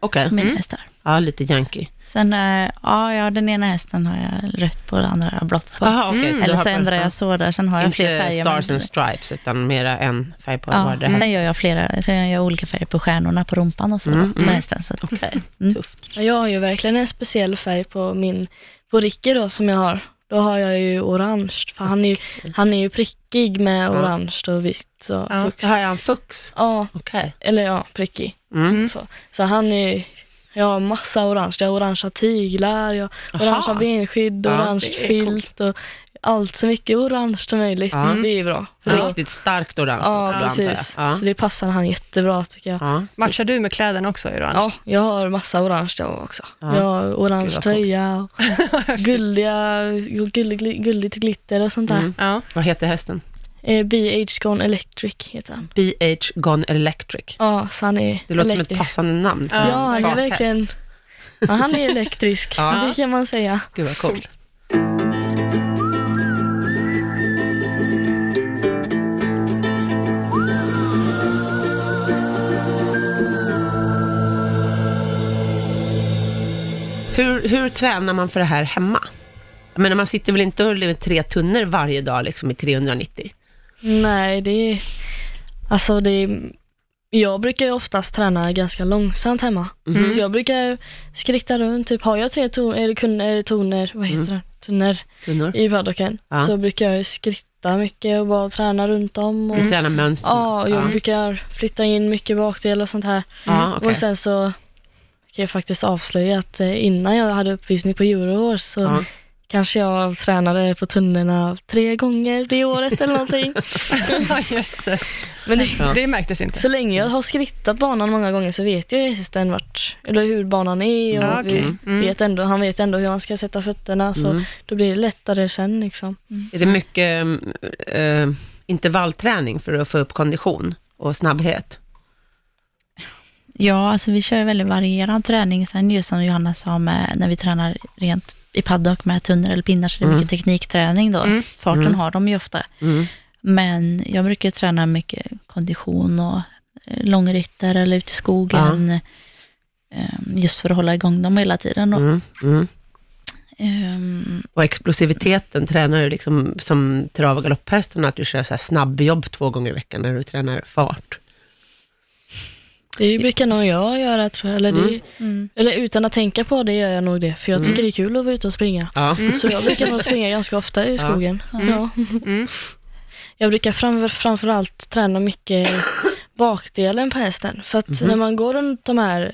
[SPEAKER 2] Okej.
[SPEAKER 3] på mina
[SPEAKER 1] Mm.
[SPEAKER 3] hästar.
[SPEAKER 2] Ja, lite yankee.
[SPEAKER 3] Sen, eh, ja, ja, den ena hästen har jag rött på, den andra har jag blått på.
[SPEAKER 2] Aha, okej, du
[SPEAKER 3] Eller
[SPEAKER 2] har
[SPEAKER 3] så
[SPEAKER 2] bara-
[SPEAKER 3] ändrar jag så där, sen har jag
[SPEAKER 2] Inte
[SPEAKER 3] fler färger. men-
[SPEAKER 2] stars and stripes, utan mera en färg på
[SPEAKER 3] ja,
[SPEAKER 2] vardera.
[SPEAKER 3] sen gör jag flera, sen gör jag olika färger på stjärnorna på rumpan och så
[SPEAKER 2] Mm,
[SPEAKER 3] mm.
[SPEAKER 2] mm.
[SPEAKER 3] med hästen. Så att,
[SPEAKER 4] Mm. Ja, Jag har ju verkligen en speciell färg på min, på Ricky då som jag har. Då har jag ju orange, för han är ju, han är ju prickig med orange och vitt och
[SPEAKER 1] Ja.
[SPEAKER 4] fux.
[SPEAKER 2] Här är han fux.
[SPEAKER 4] Ja,
[SPEAKER 2] Okej.
[SPEAKER 4] eller ja, prickig.
[SPEAKER 2] Mm.
[SPEAKER 4] Så, så han är ju, jag har massa orange. Jag har orangea tyglar, jag har
[SPEAKER 2] Aha.
[SPEAKER 4] orangea benskydd,
[SPEAKER 2] Ja,
[SPEAKER 4] orange
[SPEAKER 1] det är
[SPEAKER 4] filt och allt så mycket orange som möjligt.
[SPEAKER 2] Ja.
[SPEAKER 4] Det är ju bra. Ja,
[SPEAKER 2] Riktigt starkt orange
[SPEAKER 4] ja
[SPEAKER 2] också, antar jag.
[SPEAKER 4] precis.
[SPEAKER 2] Ja.
[SPEAKER 4] Så det passar han jättebra tycker jag.
[SPEAKER 2] Ja.
[SPEAKER 1] Matchar du med kläderna också, Iran?
[SPEAKER 4] Ja, jag har massa orange jag också.
[SPEAKER 2] Ja.
[SPEAKER 4] Jag har orange
[SPEAKER 2] Gud, vad
[SPEAKER 4] tröja och gulliga, gullig, gulligt glitter och sånt där.
[SPEAKER 2] Mm.
[SPEAKER 1] Ja.
[SPEAKER 2] Vad heter hästen?
[SPEAKER 4] Eh, BH Gone Electric heter han.
[SPEAKER 2] BH Gone Electric.
[SPEAKER 4] Ja, så han är
[SPEAKER 2] Det låter som ett
[SPEAKER 4] elektrisk.
[SPEAKER 2] passande namn för
[SPEAKER 4] Ja,
[SPEAKER 2] en
[SPEAKER 4] han är
[SPEAKER 2] farthäst.
[SPEAKER 4] verkligen... Ja, han är elektrisk,
[SPEAKER 2] Ja.
[SPEAKER 4] det kan man säga.
[SPEAKER 2] Gud vad coolt. Hur, hur tränar man för det här hemma? Jag menar, man sitter väl inte och lever tre tunnor varje dag liksom, i 390?
[SPEAKER 4] Nej, det är... Alltså det är... Jag brukar ju oftast träna ganska långsamt hemma.
[SPEAKER 2] Mm.
[SPEAKER 4] Så jag brukar skritta runt, typ har jag tre ton, eller kun, eh, toner, vad
[SPEAKER 2] Mm.
[SPEAKER 4] heter det? Tunnor
[SPEAKER 2] Tunnor?
[SPEAKER 4] i paddocken
[SPEAKER 2] Ja.
[SPEAKER 4] så brukar jag ju skritta mycket och bara träna runt om. Och,
[SPEAKER 2] Du tränar mönster?
[SPEAKER 4] Mm. Ja, jag
[SPEAKER 2] ja.
[SPEAKER 4] brukar flytta in mycket bakdel och sånt här.
[SPEAKER 2] ja okej.
[SPEAKER 4] Och sen så kan jag faktiskt avslöja att eh, innan jag hade uppvisning på Eurowars så
[SPEAKER 2] Ja.
[SPEAKER 4] kanske jag tränade på tunnorna tre gånger det året eller någonting.
[SPEAKER 1] Ja, jösses.
[SPEAKER 4] Men det,
[SPEAKER 2] Ja.
[SPEAKER 1] Det märktes inte.
[SPEAKER 4] så länge jag har skrittat banan många gånger så vet jag ju hästen vart, eller hur banan är och
[SPEAKER 1] Ja, okej.
[SPEAKER 4] vi
[SPEAKER 1] Mm.
[SPEAKER 4] vet ändå, han vet ändå hur han ska sätta fötterna så
[SPEAKER 2] Mm.
[SPEAKER 4] då blir det lättare sen liksom.
[SPEAKER 2] Är det mycket mm, eh, intervallträning för att få upp kondition och snabbhet?
[SPEAKER 3] Ja, alltså vi kör ju väldigt varierad träning. Sen just som Johanna sa, med, när vi tränar rent i paddock med tunnor eller pinnar, så är det mycket teknikträning då. Farten har de ju ofta.
[SPEAKER 2] Mm.
[SPEAKER 3] Men jag brukar träna mycket kondition och eh, långrytter eller ute i skogen. eh, Just för att hålla igång dem hela tiden. Och,
[SPEAKER 2] Mm. Mm.
[SPEAKER 3] ehm,
[SPEAKER 2] Och explosiviteten, tränar du liksom som trav och galopphästen, att du kör så här snabbjobb två gånger i veckan när du tränar fart?
[SPEAKER 4] Det brukar nog jag göra tror jag. Eller, det,
[SPEAKER 3] Mm.
[SPEAKER 4] eller utan att tänka på det gör jag nog det. För jag tycker det är kul att vara ute och springa.
[SPEAKER 2] Ja.
[SPEAKER 4] Så jag brukar nog springa ganska ofta i skogen. Ja.
[SPEAKER 1] Mm.
[SPEAKER 4] Jag brukar framför, framförallt träna mycket bakdelen på hästen. För att när man går runt de här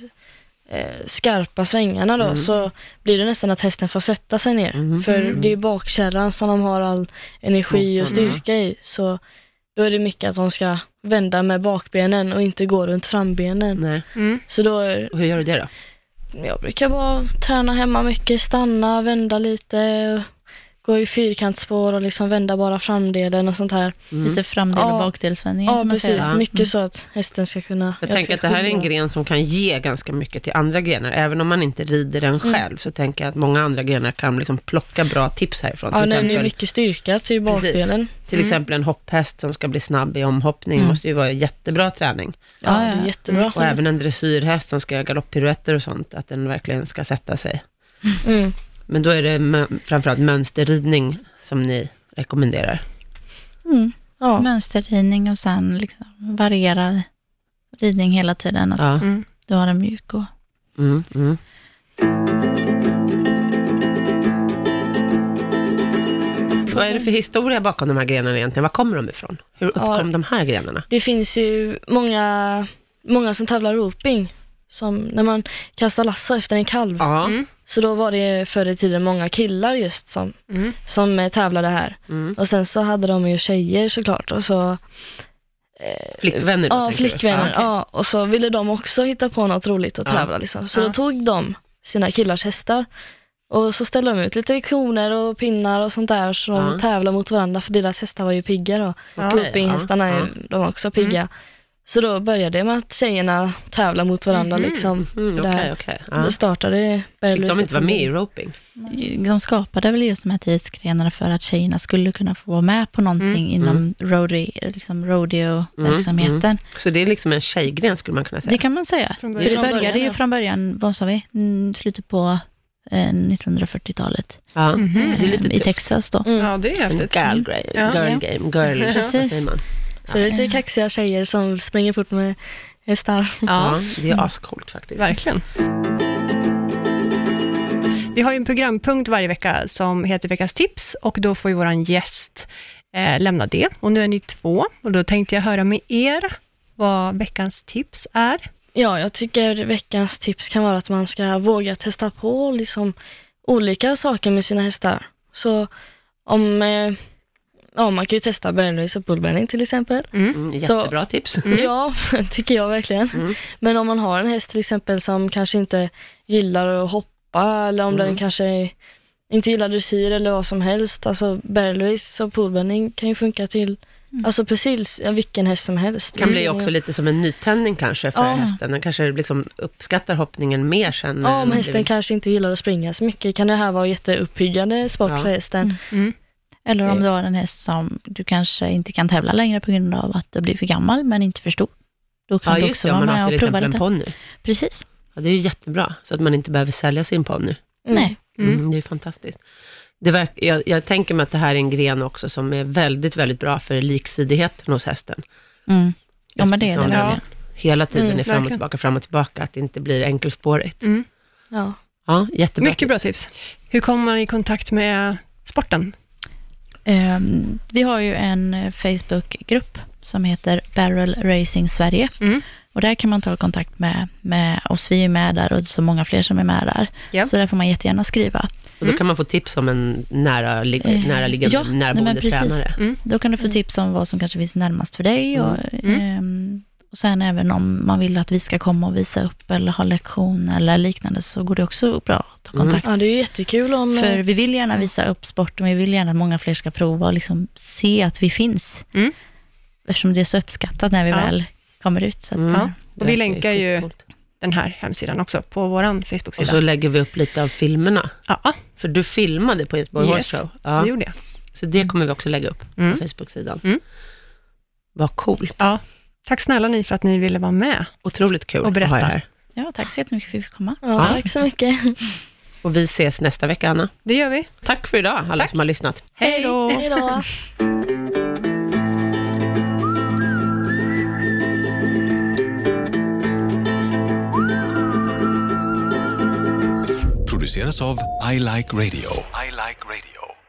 [SPEAKER 4] eh, skarpa svängarna då, så blir det nästan att hästen får sätta sig ner. För det är bakkärran som de har all energi och
[SPEAKER 2] Motorn, ja.
[SPEAKER 4] styrka i. Så då är det mycket att de ska vända med bakbenen och inte gå runt frambenen.
[SPEAKER 2] Nej.
[SPEAKER 1] Mm.
[SPEAKER 4] Så då, är-
[SPEAKER 2] Och hur gör du det då?
[SPEAKER 4] jag brukar bara träna hemma mycket, stanna, vända lite, och gå i fyrkantsspår och liksom vända bara framdelen och sånt här.
[SPEAKER 2] Mm.
[SPEAKER 3] Lite framdel och
[SPEAKER 4] Ja.
[SPEAKER 3] bakdelsvändningar
[SPEAKER 4] Ja,
[SPEAKER 3] kan man säga. Mm.
[SPEAKER 4] precis.
[SPEAKER 2] Ja.
[SPEAKER 4] Mycket så att hästen ska kunna...
[SPEAKER 2] Jag, tänker
[SPEAKER 4] ska
[SPEAKER 2] att det här är en
[SPEAKER 4] kunna-
[SPEAKER 2] gren som kan ge ganska mycket till andra grenar. Även om man inte rider den själv, så tänker jag att många andra grenar kan liksom plocka bra tips härifrån.
[SPEAKER 4] Ja,
[SPEAKER 2] till
[SPEAKER 4] nej, det är
[SPEAKER 2] exempel,
[SPEAKER 4] mycket styrka till
[SPEAKER 2] Precis.
[SPEAKER 4] bakdelen.
[SPEAKER 2] till exempel en hopphäst som ska bli snabb i omhoppning, måste ju vara jättebra träning.
[SPEAKER 4] Ja,
[SPEAKER 3] Ja, ja. Mm,
[SPEAKER 4] det är jättebra.
[SPEAKER 2] Och även en dressyrhäst som ska göra galopppiruetter och sånt, att den verkligen ska sätta sig.
[SPEAKER 4] Mm.
[SPEAKER 2] Men då är det mö- framförallt mönsterridning som ni rekommenderar.
[SPEAKER 3] Mm.
[SPEAKER 4] Ja.
[SPEAKER 3] Mönsterridning och sen liksom variera ridning hela tiden. Att
[SPEAKER 2] Ja.
[SPEAKER 1] Mm.
[SPEAKER 3] Du har en mjuk och...
[SPEAKER 2] Mm, mm. Vad är det för historia bakom de här grenarna egentligen? Var kommer de ifrån? Hur
[SPEAKER 4] Ja.
[SPEAKER 2] uppkom de här grenarna?
[SPEAKER 4] Det finns ju många, många som tävlar roping. Som när man kastar lasso efter en kalv.
[SPEAKER 2] Ja.
[SPEAKER 4] Så då var det förr i tiden många killar just som,
[SPEAKER 1] Mm.
[SPEAKER 4] som eh, tävlade här.
[SPEAKER 2] Mm.
[SPEAKER 4] Och sen så hade de ju tjejer såklart. Och så,
[SPEAKER 2] Flickvänner då,
[SPEAKER 4] ja,
[SPEAKER 2] Typ, tänker du? Ah,
[SPEAKER 4] flickvänner.
[SPEAKER 2] okej. Ah.
[SPEAKER 4] Ja, och så ville de också hitta på något roligt att
[SPEAKER 2] Ja.
[SPEAKER 4] tävla. Liksom. Så
[SPEAKER 1] Ja.
[SPEAKER 4] då tog de sina killars hästar och så ställde de ut lite koner och pinnar och sånt där. Så de
[SPEAKER 2] Ja.
[SPEAKER 4] tävlade mot varandra för deras hästar var ju pigga då.
[SPEAKER 2] Okej,
[SPEAKER 4] Dopinghästarna är
[SPEAKER 2] Ah. ja, Ah. Mm.
[SPEAKER 4] de var också pigga. Så då började det med att tjejerna tävlar mot varandra. Liksom,
[SPEAKER 2] ja. Mm,
[SPEAKER 4] där.
[SPEAKER 2] Okej, okej.
[SPEAKER 4] Då
[SPEAKER 2] Ja.
[SPEAKER 4] startade
[SPEAKER 2] Fick de inte vara med i roping?
[SPEAKER 3] De skapade väl just de här tidsgrenarna för att tjejerna skulle kunna få vara med på någonting
[SPEAKER 2] Mm.
[SPEAKER 3] inom rodeo, liksom rodeo-verksamheten.
[SPEAKER 2] Så det är liksom en tjejgren skulle man kunna säga?
[SPEAKER 3] Det kan man säga.
[SPEAKER 1] Från
[SPEAKER 3] För
[SPEAKER 1] början.
[SPEAKER 3] det
[SPEAKER 4] Från
[SPEAKER 3] började
[SPEAKER 4] början,
[SPEAKER 3] ju
[SPEAKER 4] ja.
[SPEAKER 3] från början, vad sa vi, Mm, slutet på eh, 1940-talet.
[SPEAKER 2] Ja. Det är lite
[SPEAKER 3] eh, I
[SPEAKER 2] tufft.
[SPEAKER 3] Texas då.
[SPEAKER 4] Mm.
[SPEAKER 1] Ja, det är
[SPEAKER 2] En
[SPEAKER 1] häftigt.
[SPEAKER 2] Girl, grej,
[SPEAKER 1] Ja.
[SPEAKER 2] girl game, girl, vad
[SPEAKER 3] Precis.
[SPEAKER 2] säger man?
[SPEAKER 4] Så det är
[SPEAKER 2] Ah.
[SPEAKER 4] lite kaxiga tjejer som springer fort med hästar.
[SPEAKER 1] Ja,
[SPEAKER 2] Ja, det
[SPEAKER 3] Mm.
[SPEAKER 2] är ascoolt faktiskt.
[SPEAKER 1] verkligen. Vi har ju en programpunkt varje vecka som heter Veckans tips och då får ju vår gäst eh, lämna det. Och nu är ni två och då tänkte jag höra med er vad veckans tips är.
[SPEAKER 4] Ja, jag tycker veckans tips kan vara att man ska våga testa på liksom olika saker med sina hästar. Så om, eh, ja man kan ju testa bärnrace och bullbärning till exempel.
[SPEAKER 2] Mm,
[SPEAKER 4] Så-
[SPEAKER 2] jättebra tips.
[SPEAKER 4] Ja, tycker jag verkligen.
[SPEAKER 2] Mm.
[SPEAKER 4] Men om man har en häst till exempel som kanske inte gillar att hoppa eller om
[SPEAKER 2] Mm.
[SPEAKER 4] den kanske inte gillar dressyr eller vad som helst. Alltså Berlois och poolbending kan ju funka till alltså precis ja, vilken häst som helst.
[SPEAKER 2] Mm. kan bli
[SPEAKER 3] Mm.
[SPEAKER 2] också lite som en nytändning kanske för
[SPEAKER 4] Ja.
[SPEAKER 2] hästen. Den kanske liksom uppskattar hoppningen mer sen. när
[SPEAKER 4] Ja, om
[SPEAKER 2] den
[SPEAKER 4] hästen
[SPEAKER 2] blir-
[SPEAKER 4] kanske inte gillar att springa så mycket kan det här vara jätteuppiggande sport
[SPEAKER 2] Ja.
[SPEAKER 4] för hästen.
[SPEAKER 3] Eller om du har en häst som du kanske inte kan tävla längre på grund av att du blir för gammal, men inte för stor. Då kan
[SPEAKER 2] Ja,
[SPEAKER 3] du
[SPEAKER 2] just
[SPEAKER 3] också
[SPEAKER 2] det. Om
[SPEAKER 3] vara
[SPEAKER 2] man har
[SPEAKER 3] med
[SPEAKER 2] till
[SPEAKER 3] och prova
[SPEAKER 2] exempel en
[SPEAKER 3] lite.
[SPEAKER 2] ponny.
[SPEAKER 3] Precis.
[SPEAKER 2] Ja, det är ju jättebra, så att man inte behöver sälja sin ponny.
[SPEAKER 4] Mm.
[SPEAKER 3] Nej.
[SPEAKER 2] Mm. det är fantastiskt. Det verk, jag, jag tänker mig att det här är en gren också som är väldigt, väldigt bra för liksidigheten hos hästen.
[SPEAKER 3] Mm. Ja, men det är det
[SPEAKER 2] Eftersom den
[SPEAKER 3] verkligen.
[SPEAKER 2] Hela tiden
[SPEAKER 4] Mm,
[SPEAKER 2] är fram och
[SPEAKER 1] verkligen.
[SPEAKER 2] tillbaka, fram och tillbaka, att det inte blir enkelspårigt.
[SPEAKER 4] Ja.
[SPEAKER 2] Ja, jättebra
[SPEAKER 1] Mm. Mycket bra tips. Hur kommer man i kontakt med sporten?
[SPEAKER 2] Mm.
[SPEAKER 3] Ehm, Vi har ju en eh, Facebookgrupp som heter Barrel Racing Sverige.
[SPEAKER 1] Mm.
[SPEAKER 3] Och där kan man ta kontakt med, med oss. Vi är med där och så många fler som är med där.
[SPEAKER 1] Ja.
[SPEAKER 3] Så där får man jättegärna skriva.
[SPEAKER 2] Och då
[SPEAKER 1] Mm.
[SPEAKER 2] kan man få tips om en nära,
[SPEAKER 3] Eh,
[SPEAKER 2] nära liggande,
[SPEAKER 3] ja, nej, men
[SPEAKER 2] närboende
[SPEAKER 3] precis.
[SPEAKER 2] tränare.
[SPEAKER 3] Då kan du få tips om vad som kanske finns närmast för dig. Och, ehm, och sen även om man vill att vi ska komma och visa upp eller ha lektion eller liknande så går det också bra att ta kontakt.
[SPEAKER 4] ja, det är jättekul om... eh,
[SPEAKER 3] För vi vill gärna visa upp sporten, vi vill gärna att många fler ska prova och liksom se att vi finns.
[SPEAKER 1] Mm.
[SPEAKER 3] Eftersom det är så uppskattat när vi
[SPEAKER 1] Ja. Mm.
[SPEAKER 3] väl kommer ut. Så att,
[SPEAKER 1] Ja. Och vi
[SPEAKER 2] verkar
[SPEAKER 1] länkar ju
[SPEAKER 2] skitcoolt.
[SPEAKER 1] den här hemsidan också på vår
[SPEAKER 2] Och så
[SPEAKER 1] Facebook-sida.
[SPEAKER 2] lägger vi upp lite av filmerna.
[SPEAKER 1] Ja,
[SPEAKER 2] För du filmade på Göteborg
[SPEAKER 1] Yes,
[SPEAKER 2] Horse Show.
[SPEAKER 1] det
[SPEAKER 2] Ja.
[SPEAKER 1] gjorde jag.
[SPEAKER 2] Så det kommer vi också lägga upp
[SPEAKER 1] Mm.
[SPEAKER 2] på Facebook-sidan.
[SPEAKER 1] Mm.
[SPEAKER 2] Vad coolt.
[SPEAKER 1] Ja. Tack snälla ni för att ni ville vara med.
[SPEAKER 2] Otroligt kul
[SPEAKER 1] Och berätta.
[SPEAKER 2] att ha er här.
[SPEAKER 3] ja, tack så jättemycket för att vi fick komma.
[SPEAKER 4] ja, tack så mycket.
[SPEAKER 2] Och vi ses nästa vecka, Anna.
[SPEAKER 1] Det gör vi.
[SPEAKER 2] Tack för idag, alla som har lyssnat. Hej då!
[SPEAKER 4] Hej då.
[SPEAKER 5] produceras av I Like Radio. I like radio.